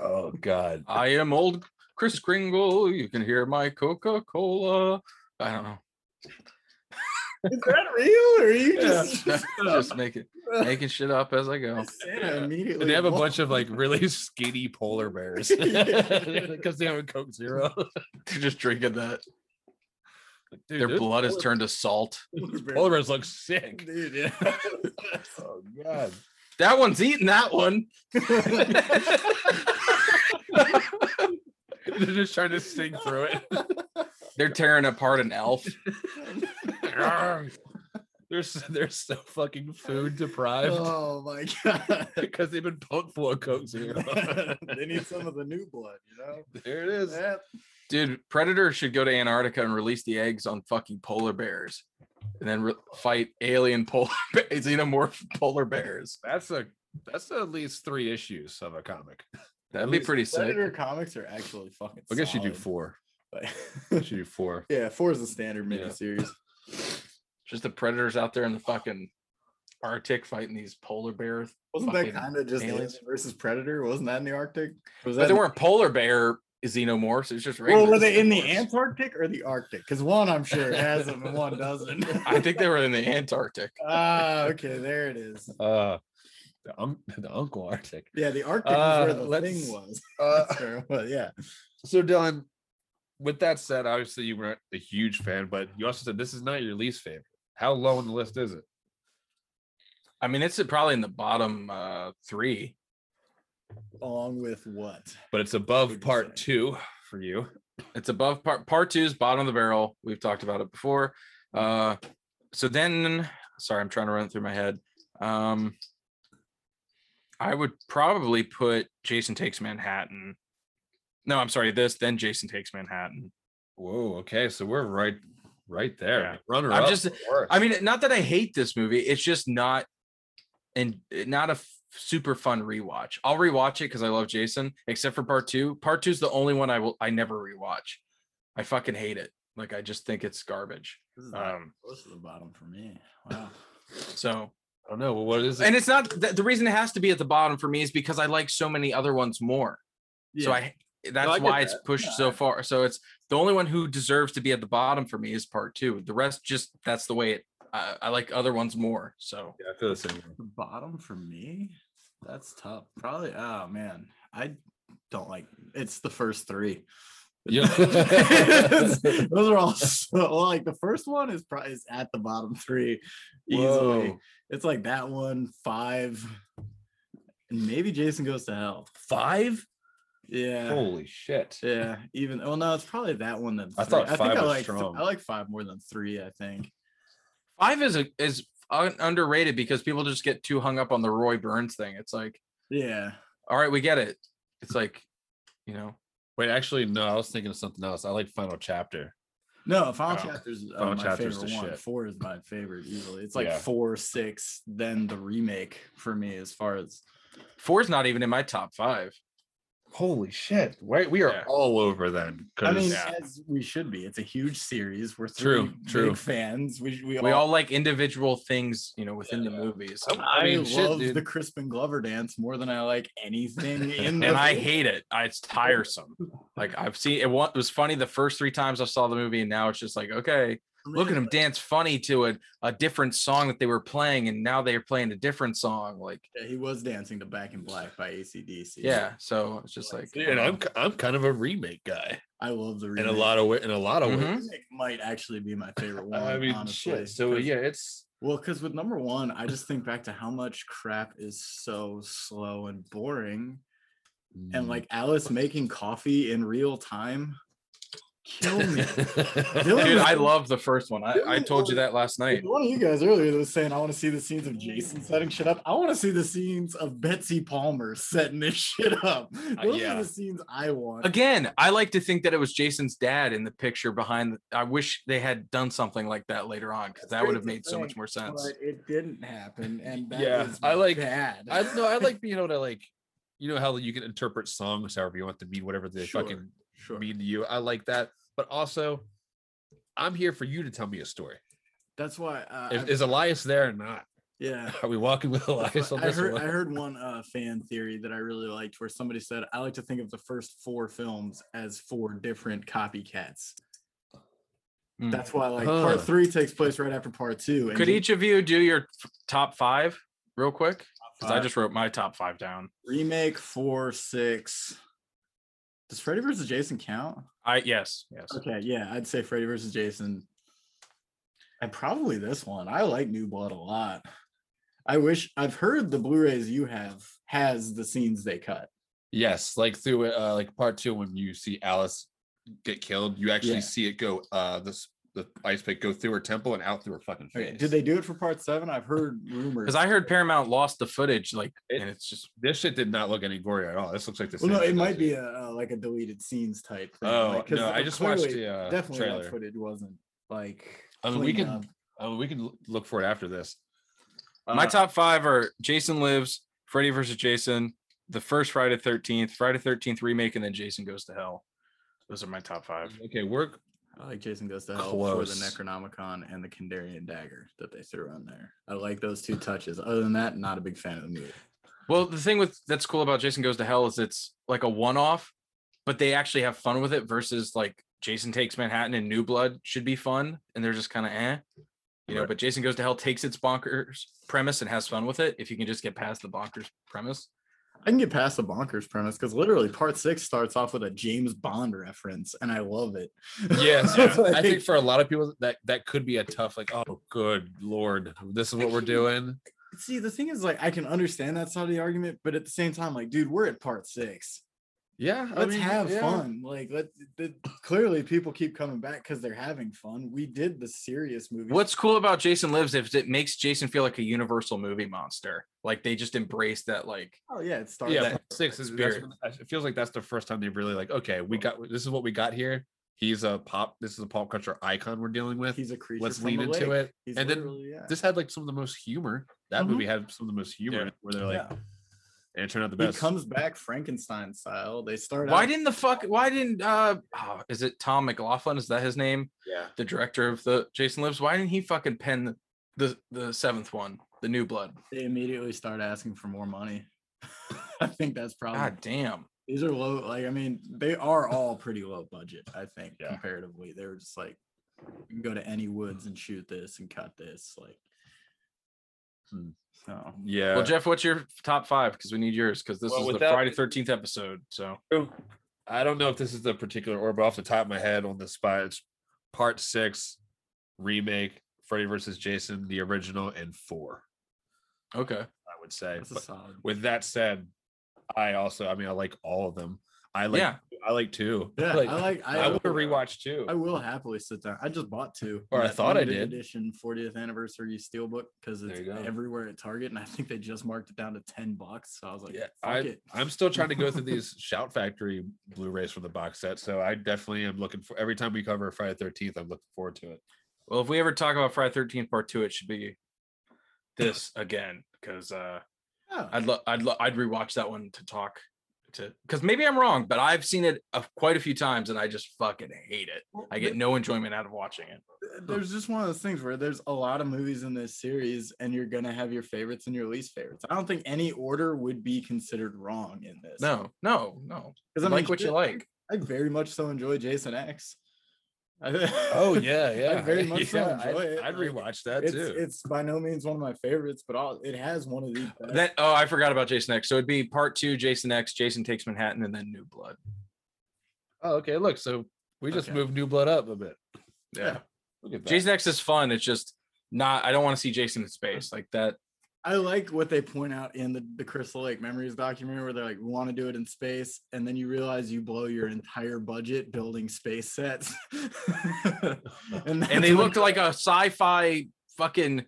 Oh god.
I am old Chris Kringle. You can hear my Coca Cola. I don't know.
Is that real? Or are you just,
Just making making shit up as I go.
Santa immediately?
And Oh, they have a
wa-
bunch of like really skinny polar bears because they have a Coke Zero.
They're just drinking that.
Dude,
Their
those
blood is
polar-
turned to salt.
Polar bears look sick.
Dude, yeah.
Oh god.
That one's eating that one.
They're just trying to sing through it.
They're tearing apart an elf.
Arrgh. they're so, they're so fucking food deprived
oh my god.
because they've been pumped full of Coke Zero.
they need some of the new blood, you know?
there it is.
That-
Dude, Predator should go to Antarctica and release the eggs on fucking polar bears, and then re- fight alien polar be- xenomorph polar bears.
That's a that's at least three issues of a comic.
That'd be pretty sick.
Predator comics are actually fucking.
I guess you do
solid,
four.
but-
You do four.
yeah, four is the standard
Yeah.
miniseries.
Just the predators out there in the fucking Arctic fighting these polar bears.
Wasn't
Fucking
that kind of just
aliens.
aliens versus Predator? Wasn't that in the Arctic? Was
But
that
they
in-
weren't polar bear xenomorphs. It was just regular.
Well, were they in the
xenomorphs.
Antarctic or the Arctic? Because one I'm sure has them and one doesn't.
I think they were in the Antarctic.
Ah, okay, there it is.
Uh, the, un- the Uncle Arctic.
Yeah, the Arctic
Uh,
is where the
let's-
thing was.
Uh,
That's where it was, yeah,
so Dylan, with that said, obviously you weren't a huge fan, but you also said this is not your least favorite. How low on the list is it?
I mean, it's probably in the bottom uh, three.
along with what?
But it's above
What'd you
part
say?
two for you.
It's above part part two's bottom of the barrel. We've talked about it before. Uh, so then, sorry, I'm trying to run it through my head. Um, I would probably put Jason Takes Manhattan. No, I'm sorry. This then Jason Takes Manhattan.
Whoa. Okay, so we're right, right there.
Yeah.
Runner
I'm
up.
just-
or worse.
I mean, not that I hate this movie. It's just not, and not a f- super fun rewatch. I'll rewatch it because I love Jason, except for part two. Part two is the only one I will I never rewatch. I fucking hate it. Like I just think it's garbage.
This is
uh,
not
Um,
close to the bottom for me. Wow.
so
I don't know. Well, what is it?
and it's not th- the reason it has to be at the bottom for me is because I like so many other ones more. So I that's
I get
why it's pushed
Yeah,
so far. So it's the only one who deserves to be at the bottom for me is part two. The rest just that's the way it. I, I like other ones more. So
yeah, I feel the same. way.
the bottom for me? That's tough. Probably. Oh man, I don't like. It's the first three.
Yeah.
those are all so, like the first one is probably is at the bottom three easily.
Whoa.
It's like that one five, and maybe Jason goes to hell.
five.
Yeah.
Holy shit.
Yeah, even well, no, it's probably that one. That
I thought
I
five
think I
was
like th-
strong.
I like five more than three. I think.
Five is a, is un- underrated because people just get too hung up on the Roy Burns thing. It's like,
Yeah,
all right, we get it. It's like, you know,
Wait, actually, no. I was thinking of something else. I like Final Chapter.
no, Final
Oh,
Chapter's uh,
Final
my
Chapter's
favorite
the
one.
shit.
Four is my favorite easily. It's like
Yeah.
four, six, then the remake for me as far as
four's not even in my top five.
Holy shit! Wait, we are
Yeah.
all over then.
I mean,
yeah.
as we should be. It's a huge series. We're
True,
three
true.
big fans. We we,
We all like individual things, you know, within the movies.
I-
I,
mean, shit,
love
dude.
the Crispin Glover dance more than I like anything in. the
and I
movie.
hate it. I, it's tiresome. Like I've seen it. wa- It was funny the first three times I saw the movie, and now it's just like, okay, look at them dance funny to a, a different song that they were playing, and now they're playing a different song. Like,
Yeah, he was dancing to "Back in Black" by ACDC.
yeah. So it's just like,
dude, and I'm I'm kind of a remake guy
I love the
in
remake.
a lot of wa- in a lot of
Mhm.
ways.
It might actually be my favorite one.
I mean,
honestly.
shit. So
'Cause-
yeah, it's
Well, because with number one, I just think back to how much crap is so slow and boring,
Mm.
and like Alice making coffee in real time. Kill me. Dylan
dude,
was-
I love the first one. I, I
Dylan
told
was-
you that last night.
One of you guys earlier that was saying I want to see the scenes of Jason setting shit up. I want to see the scenes of Betsy Palmer setting this shit up. Those
Uh, yeah.
are the scenes I want.
Again, I like to think that it was Jason's dad in the picture behind. The, I wish they had done something like that later on because that would have made so much more sense.
But it didn't happen, and that
Yeah,
is
I like-
bad.
I no, I like being able to like, you know how you can interpret songs however you want to mean whatever they
Sure,
fucking
sure.
mean to you. I like that, but also, I'm here for you to tell me a story.
That's why. Uh,
Is,
I've-
is Elias there or not?
yeah.
Are we walking with
That's
Elias
what-
on
I
this
heard
one?
I heard one uh, fan theory that I really liked, where somebody said, "I like to think of the first four films as four different copycats."
Mm.
That's why, like,
Huh.
part three takes place right after part two.
Could
you-
each of you do your f- top five real quick? Because I
Uh,
just wrote my top five down.
remake four six? Does Freddy versus Jason count?
I yes, yes.
Okay, yeah, I'd say Freddy versus Jason, and probably this one. I like New Blood a lot. I wish I've heard the Blu-rays you have has the scenes they cut.
Yes, like through uh, like part two when you see Alice get killed, you actually
Yeah.
see it go uh this the ice pick go through her temple and out through her fucking face.
Okay, did they do it for part seven? I've heard rumors.
Because I heard Paramount lost the footage, like,
It-
and it's just
This shit did not look any gory at all. This looks like the
well, no,
same
it
shit I
might be
did.
a, uh like a deleted scenes type. Thing.
Oh
like, 'cause
no! I
uh,
just watched
clearly-
the uh,
definitely
trailer.
that footage wasn't like.
I mean, we
cleaned
can-
up.
Oh, we can l- look for it after this.
my
Uh,
top five are Jason Lives, Freddy versus Jason, the first Friday Thirteenth, Friday Thirteenth remake, and then Jason Goes to Hell. Those are my top five.
Okay, we're
I like Jason Goes to Hell
Close.
for the Necronomicon and the Kandarian dagger that they threw on there. I like those two touches. Other than that, not a big fan of the movie.
Well, the thing with that's cool about Jason Goes to Hell is it's like a one-off, but they actually have fun with it. Versus like Jason Takes Manhattan and New Blood should be fun, and they're just kind of eh, you know. But Jason Goes to Hell takes its bonkers premise and has fun with it. If you can just get past the bonkers premise,
I can get past the bonkers premise because literally part six starts off with a James Bond reference, and I love it.
yes.
It's
I think
like-
for a lot of people that that could be a tough like oh good lord this is what we're doing.
see the thing is like I can understand that side of the argument, but at the same time, like, dude, we're at part six.
Yeah, I
Let's
mean,
have
yeah.
fun. Like, let the, clearly people keep coming back because they're having fun. We did the serious movie.
What's cool about Jason Lives is it makes Jason feel like a universal movie monster. Like they just embrace that, like
oh yeah, it starts.
Yeah,
that-
part six is that's
spirit.
when- it feels like that's the first time they've really like okay we got this is what we got here. He's a pop. This is a pop culture icon we're dealing with.
he's a creature.
Let's
from
lean
the
into
lake.
it.
He's
and then
literally- yeah.
This had like some of the most humor. That
Mhm.
movie had some of the most humor
Yeah.
in it, where they're like,
Yeah.
and it turned out the
he
best.
comes back Frankenstein style. They start.
why
out-
didn't the fuck why didn't uh oh, is it Tom McLaughlin? Is that his name?
yeah,
The director of the Jason Lives. Why didn't he fucking pen the the, the seventh one, the new blood?
they immediately start asking for more money? I think that's
Um,
probably
God damn.
these are low. Like I mean, they are all pretty low budget. I think
Yeah.
comparatively, they were just like, you can go to any woods and shoot this and cut this. Like,
Hmm.
so
yeah.
Well, Jeff, what's your top five? Because we need yours, because this
Well,
is the
without-
Friday thirteenth episode. So
I don't know if this is the particular order, but off the top of my head on the spot, it's part six, remake, Freddy versus Jason, the original, and four.
okay.
I would say.
that's a
But
solid.
with that said, I also, I mean, I like all of them. I like,
yeah.
I like two.
Yeah,
Like,
I like. I,
I, want to
will- uh,
rewatch two.
I will happily sit down. I just bought two.
Or I
that
thought I
limited
did.
Edition 40th anniversary steelbook because
There
it's
you go.
everywhere at Target, and I think they just marked it down to ten bucks. So I was like,
yeah,
fuck
I,
it.
I'm still trying to go through these Shout Factory Blu-rays from the box set, so I definitely am looking for every time we cover Friday Thirteenth. I'm looking forward to it.
Well, if we ever talk about Friday thirteenth part two, it should be this again. Cause uh
Yeah.
I'd lo- I'd lo- I'd rewatch that one to talk to because maybe I'm wrong, but I've seen it a, quite a few times and I just fucking hate it. I get no enjoyment out of watching it.
there's just one of those things where there's a lot of movies in this series and you're gonna have your favorites and your least favorites i don't think any order would be considered wrong in this
No, no, no.
because i mean,
like what you
shit,
like.
i very much so enjoy jason x
Oh yeah, yeah.
very much so
I'd,
enjoy it,
I'd
like,
rewatch that
it's,
too.
it's by no means one of my favorites but all, it has one of the best.
That oh, I forgot about Jason X. So it'd be part two, Jason X, Jason takes Manhattan, and then New Blood.
oh, okay. Look, so we just
Okay.
moved New Blood up a bit.
Yeah.
Look at that.
Jason X is fun. It's just not I don't want to see Jason in space. Like that
I like what they point out in the, the Crystal Lake Memories documentary where they're like, we want to do it in space. And then you realize you blow your entire budget building space sets.
and
that's
they
when-
looked like a sci-fi fucking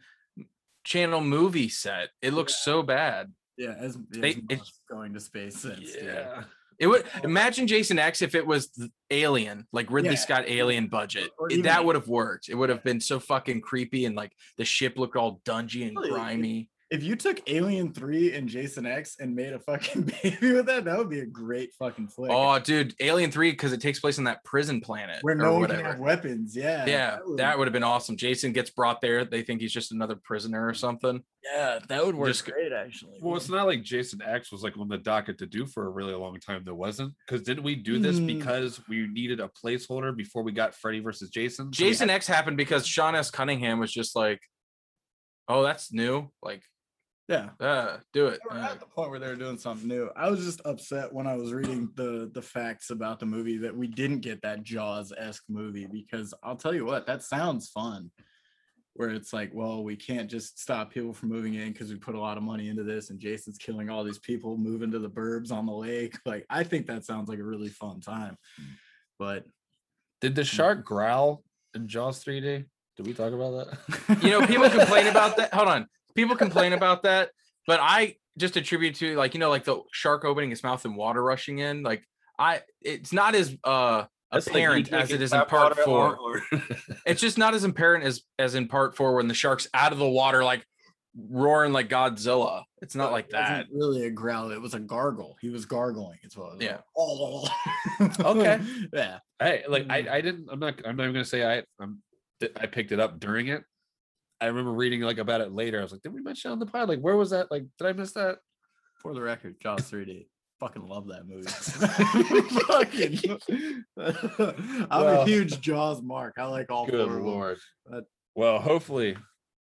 channel movie set. It looks so bad.
Yeah, as,
They-
as
it-
much going to space since. Yeah.
It would imagine Jason X if it was th- Alien, like Ridley
Oh. Yeah.
Scott Alien budget.
Or
It-
even-
that would have worked. It would have been so fucking creepy and like the ship looked all dungy and
Really?
grimy.
If you took Alien 3 and Jason X and made a fucking baby with that, that would be a great fucking flick.
Oh, dude, Alien Three because it takes place on that prison planet
where
or
no one can
whatever.
have weapons. Yeah.
yeah,
would-
that would have been awesome. Jason gets brought there. They think he's just another prisoner or something.
yeah, that would work
Just-
great actually.
well, it's not like Jason X was like on the docket to do for a really long time. That wasn't because didn't we do this
Mm.
because we needed a placeholder before we got Freddy versus Jason? So we
Jason X happened because Sean S. Cunningham was just like, "Oh, that's new. Like,
yeah.
uh, do it."
They were
Uh,
at the point where they were doing something new. I was just upset when I was reading the the facts about the movie that we didn't get that Jaws esque movie because I'll tell you what, that sounds fun. Where it's like, well, we can't just stop people from moving in because we put a lot of money into this, and Jason's killing all these people moving to the burbs on the lake. Like, I think that sounds like a really fun time. But
Did the shark growl in Jaws 3D? Did we talk about that?
you know people complain about that hold on people complain about that but i just attribute to like you know like the shark opening its mouth and water rushing in like i it's not as uh apparent as it is in part four it's just not as apparent as as in part four when the shark's out of the water like roaring like Godzilla. It's not like
It wasn't
that.
Really, a growl. It was a gargle. He was gargling. It's what.
Yeah.
Oh.
Okay.
Yeah.
Hey, like
Hmm.
I, I didn't. I'm not. I'm not even gonna say I. I'm. that I picked it up during it. I remember reading like about it later. I was like, did we mention it on the pod? Like, where was that? Like, did I miss that?
For the record, Jaws 3D. Fucking love that movie. Fucking. I'm a
Well.
huge Jaws mark. I like all
Good
four of them.
lord.
That-
Well, hopefully,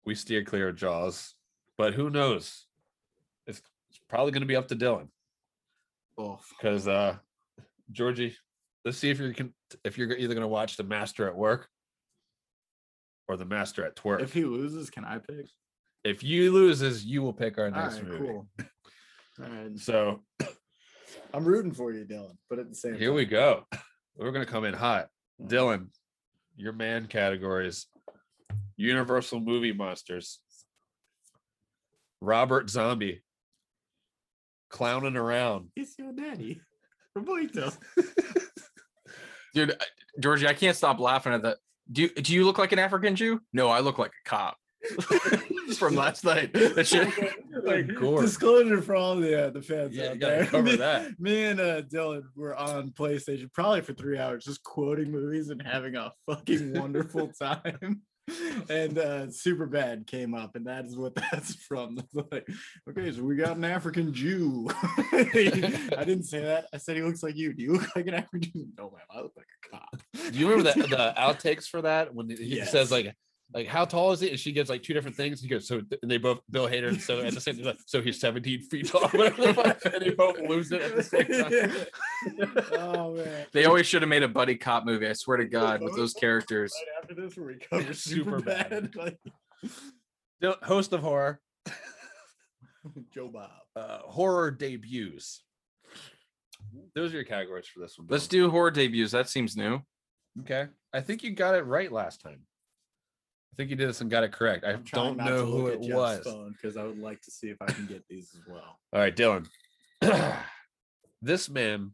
we steer clear of Jaws, but who knows? It's, it's probably gonna be up to Dylan
Oh,
because uh, Georgie, let's see if you can if you're either gonna watch The Master at Work or The Master at Twerk.
if he loses, can I pick?
if you loses, you will pick our
All
next
right,
movie.
cool. All right.
So
I'm rooting for you, Dylan. But at the same
here
time,
we go. We're gonna come in hot. Dylan, your man categories. Universal movie monsters. Robert Zombie. Clowning around.
it's your daddy, Roberto.
Dude, I- Georgie, I can't stop laughing at that. Do you, do you look like an African Jew? No, I look like a cop. It's from last night. That shit.
like
Gore.
disclosure for all the uh, the fans
Yeah, you
out
gotta
there.
cover
me,
that.
me and uh, Dylan were on PlayStation probably for three hours, just quoting movies and having a fucking wonderful time. And uh, super bad came up, and that is what that's from. It's like, okay, so we got an African Jew. I didn't say that. I said he looks like you. Do you look like an African Jew? No, man, I look like a cop.
Do you remember the, the outtakes for that when he
Yes.
says like like how tall is he? And she gives like two different things. He goes, so and they both Bill Hader and so at the same time, like, so he's 17 feet tall, whatever the fuck, and they both lose it at the same time.
oh man!
They always should have made a buddy cop movie. I swear to God, with those characters.
Right after this, we cover super,
Super
bad,
bad.
like
Dylan, Host of horror,
Joe Bob.
uh, horror debuts. Those are your categories for this one.
Let's
Dylan.
do horror debuts. That seems new.
Okay. I think you got it right last time. I think you did this and got it correct. I
I'm trying
don't
not to
know who
look
it
at Jeff's
was.
phone because I would like to see if I can get these as well.
All right, Dylan. this man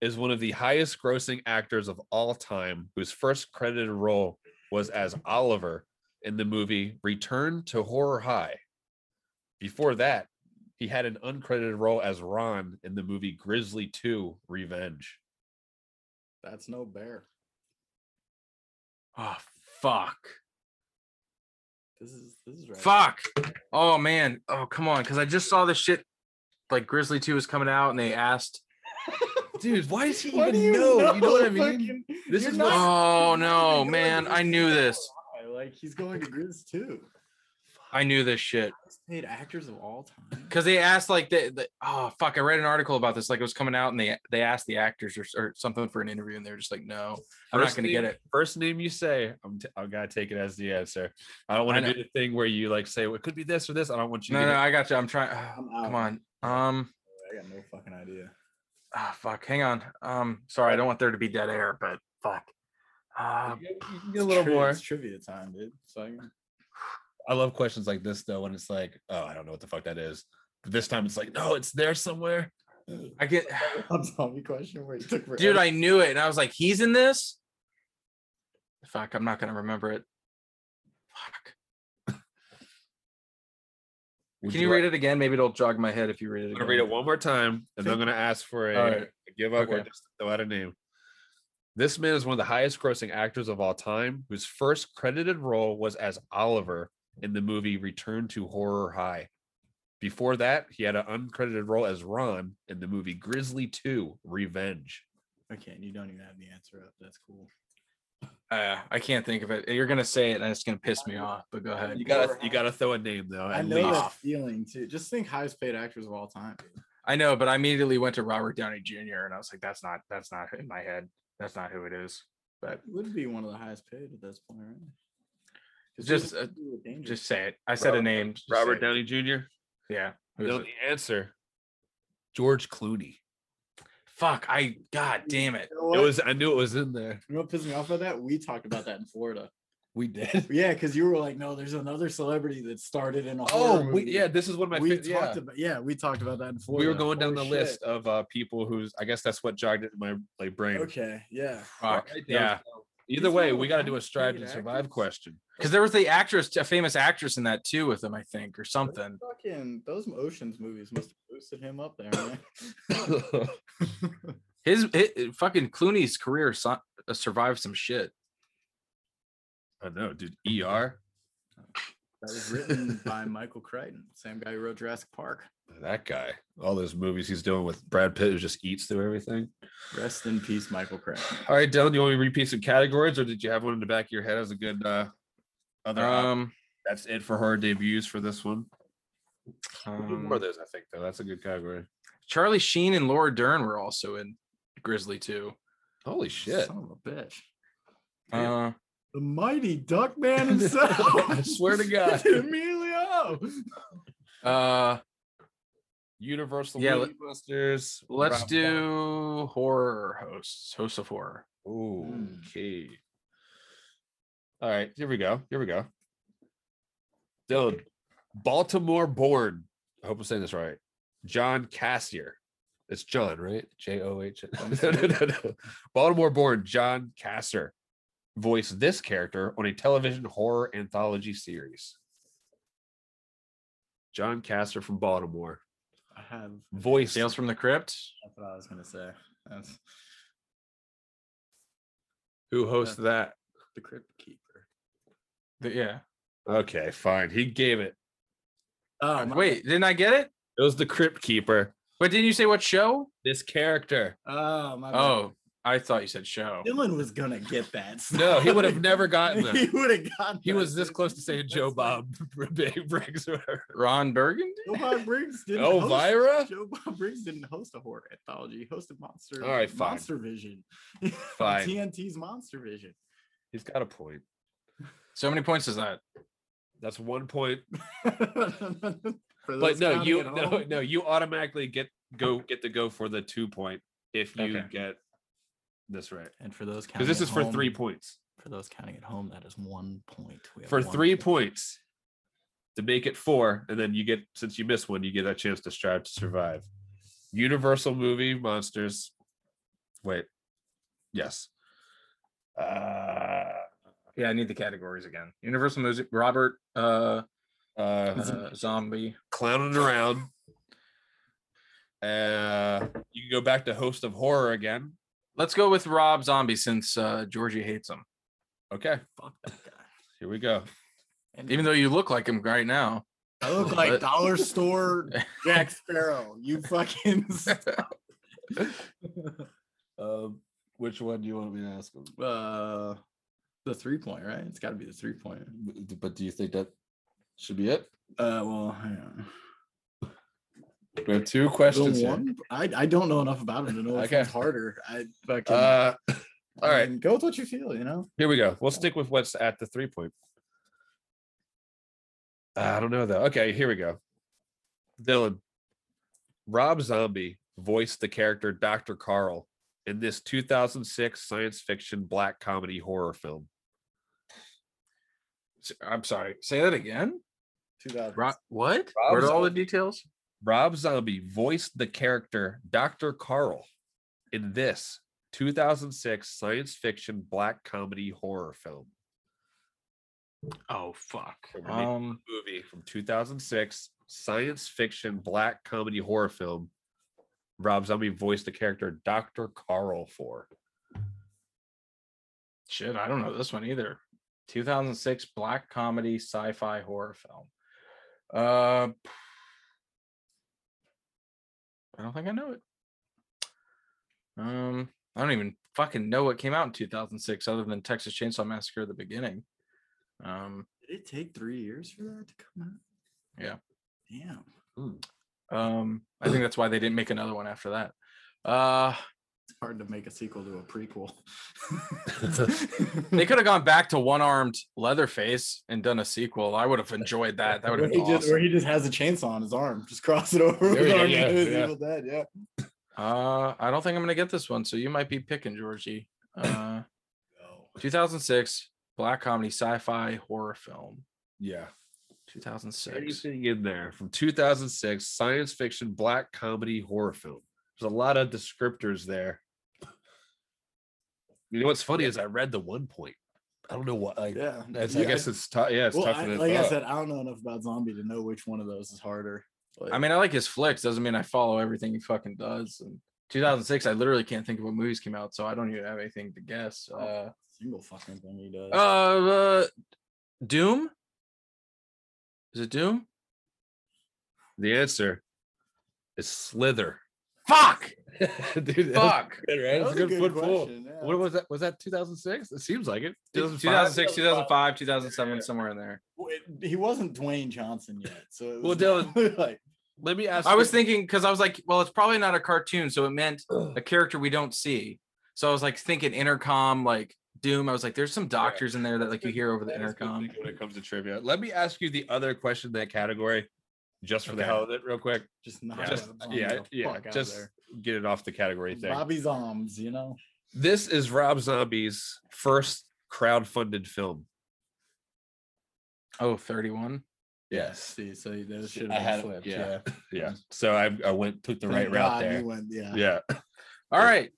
is one of the highest grossing actors of all time, whose first credited role was as Oliver in the movie Return to Horror High. Before that, he had an uncredited role as Ron in the movie Grizzly 2 Revenge.
That's no bear.
Oh fuck.
This is this is right.
Fuck. Oh man. Oh come on. Cause I just saw this shit like Grizzly 2 was coming out and they asked.
Dude, why does he
Why do you know? You know what I mean?
This is
not-
Oh
he's not
no,
even going
man.
to
I
Grizz
knew
too.
this.
Why? Like he's going to Grizz too.
I knew this shit.
He's paid actors of all time.
Cause they asked like the, the oh fuck. I read an article about this. Like it was coming out and they they asked the actors or, or something for an interview and they were just like, no, I'm not
First
gonna
name-
get it.
First name you say, I'm t- I gotta take it as the answer. I don't
I
want
know.
to do the thing where you like say, well, it could be this or this. I don't want you.
No,
to
no,
get
I got you. I'm trying.
I'm out.
Come on. Um
I got no fucking idea.
ah, fuck. Hang on. Um sorry, I don't want there to be dead air, but fuck. Uh,
it. You can- you can get a little more.
It's trivia time, dude. So I can-
I love questions like this though, when it's like, oh, I don't know what the fuck that is. But this time it's like, no, it's there somewhere.
I get
I'm zombie question where you took forever.
dude, I knew it, and I was like, he's in this. Fuck, I'm not gonna remember it. Fuck.
Would
Can you
like-
read it again? Maybe it'll jog my head if you read it.
I'm
Again.
gonna read it one more time, and I'm gonna ask for a,
All right.
a give up or
Okay.
just throw out a name. This man is one of the highest grossing actors of all time, whose first credited role was as Oliver in the movie Return to Horror High. Before that, he had an uncredited role as Ron in the movie Grizzly 2 Revenge.
Okay, and you don't even have the answer up. That's cool.
Uh, I can't think of it. You're gonna say it, and it's gonna piss me off. But go ahead.
You gotta you gotta throw a name though.
I
At
know
least.
that feeling too. Just think highest paid actors of all time. dude.
I know, but I immediately went to Robert Downey Jr. and I was like, that's not that's not in my head. That's not who it is. But
It would be one of the highest paid at this point, right? 'Cause he was
Just, uh,
really dangerous.
just say it. I said a
Robert-
name. just say
Robert
it.
Downey Jr.
Yeah. who is
No,
it?
the answer. George Clooney.
Fuck. I. God damn it.
You know what?
It was I knew it was in there.
You know what pissed me off about that? We talked about that in Florida.
We did.
Yeah, because you were like, no, there's another celebrity that started in a
Oh,
horror
we,
movie."
yeah, this is one of my
we
we
talked about yeah, we talked about that in Florida.
we were going down the
Holy shit.
list of uh people who's I guess that's what jogged it in my like brain.
Okay, yeah.
Fuck.
Right down-
Yeah.
Either
He's
way,
one of
we
the
got to do a
highest
strive
paid
to survive
actors.
question.
because there was the actress, a famous actress in that too, with him, I think, or something.
Fucking those oceans movies must have boosted him up there. Man.
His, hi- uh, fucking Clooney's career su- uh, survived some shit.
I know, dude. ER.
That was written by Michael Crichton, same guy who wrote Jurassic Park.
That guy. All those movies he's doing with Brad Pitt who just eats through everything.
Rest in peace, Michael Crichton.
All right, Dylan, do you want me to repeat some categories, or did you have one in the back of your head as a good uh, other? op-
Um,
that's it for horror debuts for this one. We'll do more
um,
of those, I think, though. That's a good category.
Charlie Sheen and Laura Dern were also in Grizzly too.
Holy shit!
Son of a bitch.
Uh,
The mighty duck man himself.
I swear to God.
Emilio.
Uh,
Universal
Yeah,
yeah,
let-
Busters.
let's do horror hosts, hosts of horror.
Ooh,
Mm.
okay.
Hmm.
All right, here we go. Here we go. Dylan, Baltimore born. I hope I'm saying this right. John Cassier. It's John, right? J O H. No, no, no, no. Baltimore born John Casser voiced this character on a television horror anthology series. John Casser from Baltimore
I have.
voiced
Tales from the Crypt.
That's what I was gonna say. That's
who hosts that.
the Crypt Keeper.
The- yeah.
Okay, fine. He gave it.
Oh
Wait, didn't I get it?
It was the Crypt Keeper.
But didn't you say what show?
This character.
Oh my. bad.
Oh, I thought you said show.
Dylan was gonna get that.
No, he would have never gotten
he
that.
would have gotten.
He
that,
was this
dude.
close to saying Joe
That's like-
Bob Briggs or whatever.
Ron Burgundy.
Joe Bob Briggs didn't.
Oh,
host-
Elvira?
Joe Bob Briggs didn't host a horror anthology. He hosted Monster.
All right, fine.
Monster Vision.
Fine.
TNT's Monster Vision.
He's got a point.
So many points is that?
That's one point.
For
But
those
no,
counting
you
at
no,
home,
no, you automatically get go get to go for the two point if you
Okay.
get this right.
And for those
Because
counting,
this
at
is for
home-
three points.
For those counting at home, that is one point. We have
For
one
three
point.
points to make it four, and then you get since you missed one, you get a chance to strive to survive. Universal movie monsters. Wait. Yes. Uh
Yeah, I need the categories again. Universal Music, Robert, uh,
uh
uh Zombie.
clowning around. Uh, you can go back to host of horror again.
Let's go with Rob Zombie since uh Georgie hates him.
Okay,
Fuck that guy.
here we go.
And
Even though you look like him right now.
I look
But-
like dollar store Jack Sparrow. You fucking.
Um, which one do you want me to ask? Him?
uh, the three point, right? It's got to be the three point.
But do you think that should be it?
Uh, well, hang on.
We have two
The
questions. here.
one, I, I don't know enough about him to know if
Okay.
it's harder. I fucking.
Uh,
I
all right.
mean, go with what you feel. You know.
here we go. We'll stick with what's at the three point. I don't know though. Okay, here we go. Dylan, Rob Zombie voiced the character Dr. Carl in this 2006 science fiction black comedy horror film.
S- I'm sorry. Say that again.
Too bad.
Ro- what?
Rob
Where are all the details?
Rob Zombie voiced the character Dr. Carl in this 2006 science fiction black comedy horror film.
Oh fuck.
Or maybe-
Um
movie from 2006, science fiction black comedy horror film. Rob Zombie voiced the character Dr. Carl for.
Shit, I don't know this one either. 2006 black comedy sci-fi horror film. Uh, I don't think I know it. Um, I don't even fucking know what came out in 2006 other than Texas Chainsaw Massacre: The Beginning. Um,
Did it take three years for that to come out?
Yeah.
Damn.
um, I think that's why they didn't make another one after that. Uh,
It's hard to make a sequel to a prequel.
they could have gone back to one-armed Leatherface and done a sequel. I would have enjoyed that. That would
Where
have
he
been
just, where
awesome.
he just has a chainsaw on his arm, just cross it over.
There
with
you go,
Army
yeah,
Hammer's
yeah.
Evil Dead, yeah.
Uh, I don't think I'm gonna get this one, so you might be picking Georgie. Uh,
No.
2006 black comedy sci-fi horror film.
Yeah.
2006.
Anything in there from 2006, science fiction black comedy horror film. There's a lot of descriptors there. You know what's funny is I read the one point.
I don't know what. Like,
Yeah.
that's, I
Yeah,
guess it's tough. Yeah, it's
well,
tough.
I,
to
like I
follow.
said, I don't know enough about zombie to know which one of those is harder. Like,
I mean, I like his flicks. Doesn't mean I follow everything he fucking does. And 2006, I literally can't think of what movies came out, so I don't even have anything to guess. Uh,
single fucking thing he does.
Oh,
uh, uh, Doom. Is it Doom?
The answer is Slither.
Fuck!
Dude, that was
Fuck!
That
good, right? That was
was
a good, foot football.
question, yeah.
What was that? Was that 2006? It seems like it. 2005?
2006, 2005, 2007, somewhere in there.
Well, it- he wasn't Dwayne Johnson yet, so it
Well,
was Dylan, like
Let me ask.
I was
you-
thinking because I was like, well, it's probably not a cartoon, so it meant a character we don't see. So I was like thinking intercom, like Doom. I was like, there's some doctors in there that like you hear over the
That is good
intercom.
thinking When it comes to trivia, let me ask you the other question in that category, just for the
Okay.
hell of it, real quick.
just not
Just yeah, yeah, just get it off the category thing.
Bobby Zombs, you know.
This is Rob Zombie's first crowdfunded film.
Oh, 31.
Yes.
See, so those should
I
have
had
been
it,
flipped.
yeah. Yeah. So I, I went took the
Thank
right route
God you
there.
went- yeah.
Yeah.
All right.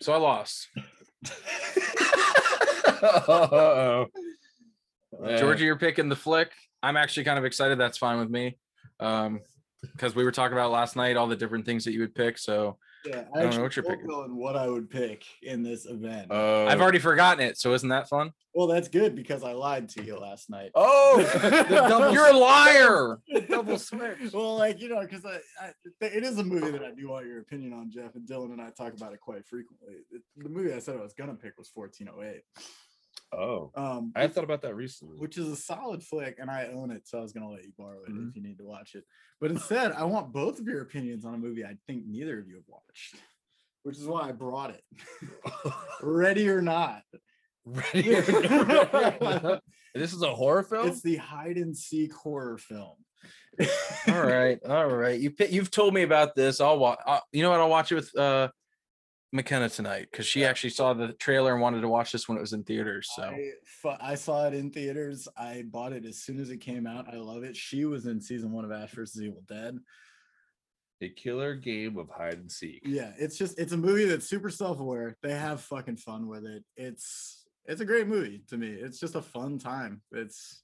So I lost.
Uh-oh.
Uh,
Georgia, you're picking the flick. I'm actually kind of excited. That's fine with me. Um, because we were talking about last night all the different things that you would pick. So
Yeah,
I don't know
actually
what you're
don't
picking.
know What I would pick in this event.
Uh,
I've already forgotten it. So isn't that fun?
well, that's good because I lied to you last night.
Oh,
You're a liar.
double switch.
Well, like you know, because I, I, it is a movie that I do want your opinion on, Jeff and Dylan, and I talk about it quite frequently. The- the movie I said I was gonna pick was 1408,
Oh,
um,
I thought about that recently.
which is a solid flick, and I own it, so I was gonna let you borrow it
Mm-hmm.
Mhm.
if you need to watch it. But instead, I want both of your opinions on a movie I think neither of you have watched, which is why I brought it. Ready or not,
Ready or not. this is a horror film.
it's the hide and seek horror film.
all right. All right. You pi- you've told me about this. I'll watch. You know what? I'll watch it with uh, McKenna tonight because she actually saw the trailer and wanted to watch this when it was in theaters. So
I, fu- I saw it in theaters. I bought it as soon as it came out. I love it. She was in season one of Ash vs. Evil Dead.
a killer game of hide and seek.
Yeah, it's just it's a movie that's super self-aware. They have fucking fun with it. It's it's a great movie to me. It's just a fun time. It's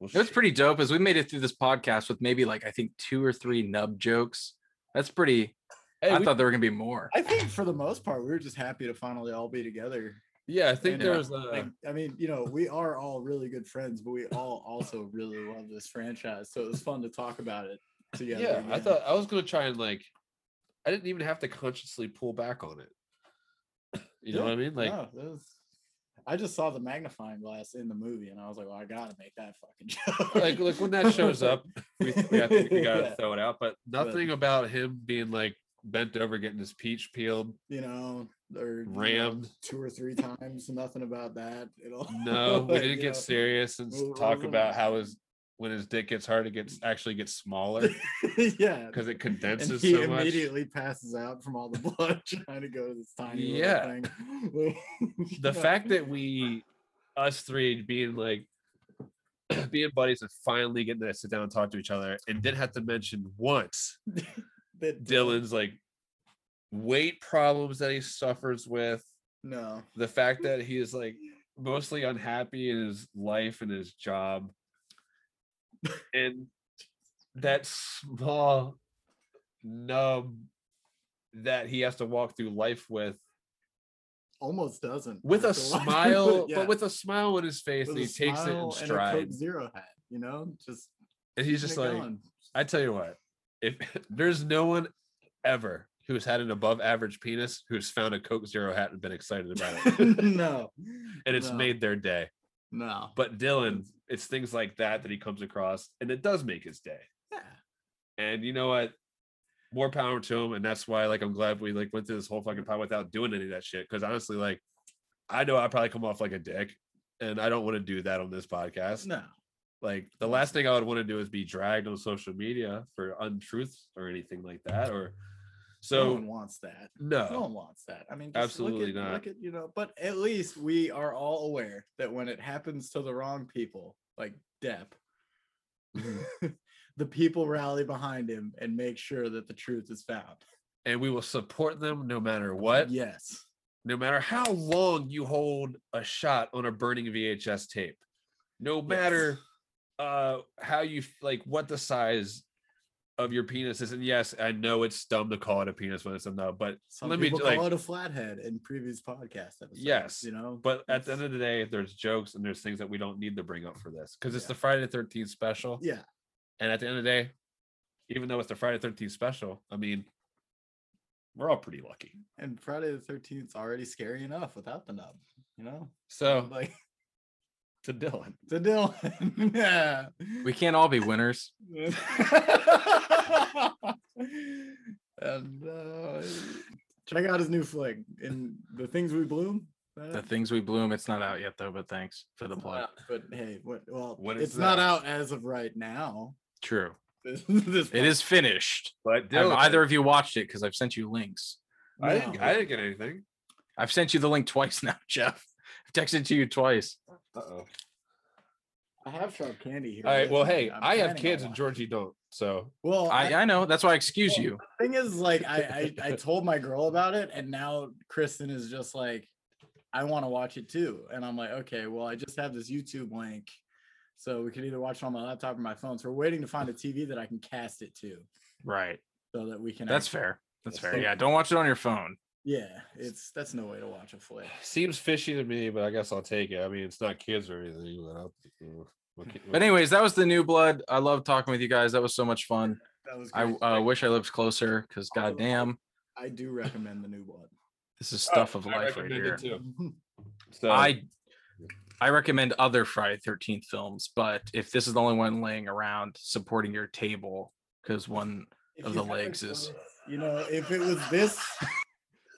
Well,
it was
shit.
pretty dope. As we made it through this podcast with maybe like I think two or three nub jokes. That's pretty.
Hey,
I
we-
thought there were gonna be more.
I think for the most part, we were just happy to finally all be together.
yeah, I think
and,
there
uh,
was a.
Like, I mean, you know, we are all really good friends, but we all also really love this franchise. So it was fun to talk about it together.
yeah, I
again.
thought I was gonna try and like, I didn't even have to consciously pull back on it. You know
Yeah,
what I mean? Like,
no, that was, I just saw the magnifying glass in the movie, and I was like, "Well, I gotta make that fucking joke."
like, like when that shows up, we, we, I think we gotta throw it out. But
But-
nothing about him being like bent over getting his peach peeled,
you know, or you know,
rammed.
two or three times. Nothing about that at all.
No, we
Like,
didn't
you
get
know,
serious and s-
Well,
talk
wasn't-
about how his when his dick gets hard, it gets actually gets smaller
yeah,
because it
and
condenses
he
so much.
immediately passes out from all the blood trying to go to this tiny little
Yeah.
thing. Like,
The
yeah.
fact that we, us three, being like being buddies and finally getting to sit down and talk to each other, and didn't have to mention once
that
Dylan's like weight problems that he suffers with,
no,
the fact that he is like mostly unhappy in his life and his job and that small nub that he has to walk through life with
almost doesn't
with a
after while.
smile
Yeah,
but with a smile on his face
with
and he
a
takes it
smile
in
and a Coke
stride
Zero hat, you know, just
and he's
keeping
just
it
like
going.
i tell you what if there's no one ever who's had an above average penis who's found a coke zero hat and been excited about it
no,
and it's
No.
made their day
no.
But Dylan, it's things like that that he comes across, and it does make his day.
yeah.
And you know what? More power to him, and that's why like I'm glad we like went through this whole fucking pod without doing any of that shit. Because honestly, like I know I probably come off like a dick, and I don't want to do that on this podcast.
No.
Like the last thing I would want to do is be dragged on social media for untruths or anything like that. Or
no
so
one wants that. No
no,
one wants that. I mean, just
Absolutely
look at,
not.
Look at you know, but at least we are all aware that when it happens to the wrong people, like Depp,
Mm-hmm.
the people rally behind him and make sure that the truth is found.
and we will support them no matter what.
Yes.
no matter how long you hold a shot on a burning VHS tape, no matter uh how you f- like what the size of your penis is. And yes, I know it's dumb to call it a penis when it's a nub, but
Some
Let me
people
ju-
call it
like-
a flathead in previous podcast episodes.
Yes,
you know,
but at the end of the day, there's jokes and there's things that we don't need to bring up for this because it's
Yeah.
the Friday the 13th special.
yeah,
And at the end of the day, even though it's the Friday the 13th special, I mean, we're all pretty lucky.
and Friday the Thirteenth is already scary enough without the nub. You know,
So
like
Oh. to Dylan.
the Dylan. yeah.
We can't all be winners.
and uh, check out his new flick in the things we bloom.
The
uh,
things we bloom. It's not out yet though, but thanks for the
it's not
plug.
out, But hey, what? Well,
What
it's
is
not
that?
out as of right now.
True.
This, this
It is finished.
But
Have
Dylan,
either of you watched it? Because I've sent you links.
I didn't,
No.
I didn't get anything.
I've sent you the link twice now, Jeff. I've texted to you twice.
Uh-oh.
I have sharp candy here.
All right.
with
Well,
me.
hey,
I'm
I
planning on
have kids and
watching.
Georgie don't. So
Well,
I, I know. That's why I excuse you.
thing is like I, I i told my girl about it and now kristen is just like i want to watch it too and i'm like okay well i just have this youtube link so we can either watch it on my laptop or my phone so we're waiting to find a tv that i can cast it to
Right.
so that we can
That's
act-
fair. That's
Yeah.
fair. Yeah. Don't watch it on your phone.
yeah it's that's no way to watch a flick
seems fishy to me, but I guess I'll take it. I mean, it's not kids or anything. But, I'll, what can-
But anyways, that was the new blood. I love talking with you guys. That was so much fun.
that was
I
great.
uh, wish I lived closer because
Oh,
goddamn,
i do recommend the new blood
this is
Oh,
stuff of
I
life right
recommend it
here.
too. So
I I recommend other Friday Thirteenth films, but if this is the only one laying around, supporting your table because one
If
Of
you
the
haven't
legs is-
done it, you know if it was this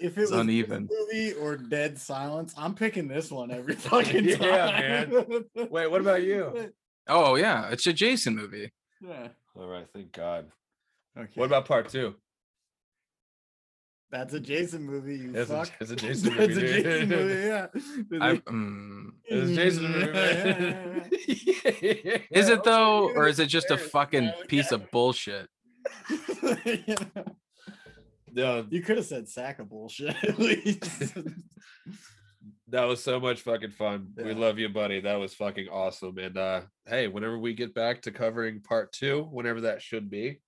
if it
is
was
uneven.
movie or dead silence i'm picking this one every fucking
Yeah,
time man
wait. What about you?
Oh yeah, it's a Jason movie.
yeah
All right. Thank God.
okay
What about part two?
That's a Jason movie, you
It's a,
fuck.
it's a
That's
Jason movie.
a
dude.
Jason movie, yeah. "Hmm."
I, mm,
It's a Jason movie. man.
is it though,
you
or is it just a
embarrassed,
fucking
man.
piece of bullshit?
No,
you could have said sack of bullshit at least.
that was so much fucking fun. We
Yeah.
love you, buddy. That was fucking awesome. And uh, hey, whenever we get back to covering part two, whenever that should be,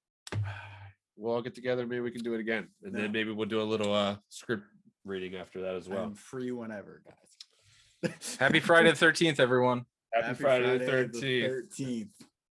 we'll all get together. Maybe we can do it again, and
Yeah.
then maybe we'll do a little uh script reading after that as well.
I'm free whenever, guys.
Happy Friday the Thirteenth, everyone.
Happy, Friday, the
Friday the
Thirteenth.
13th.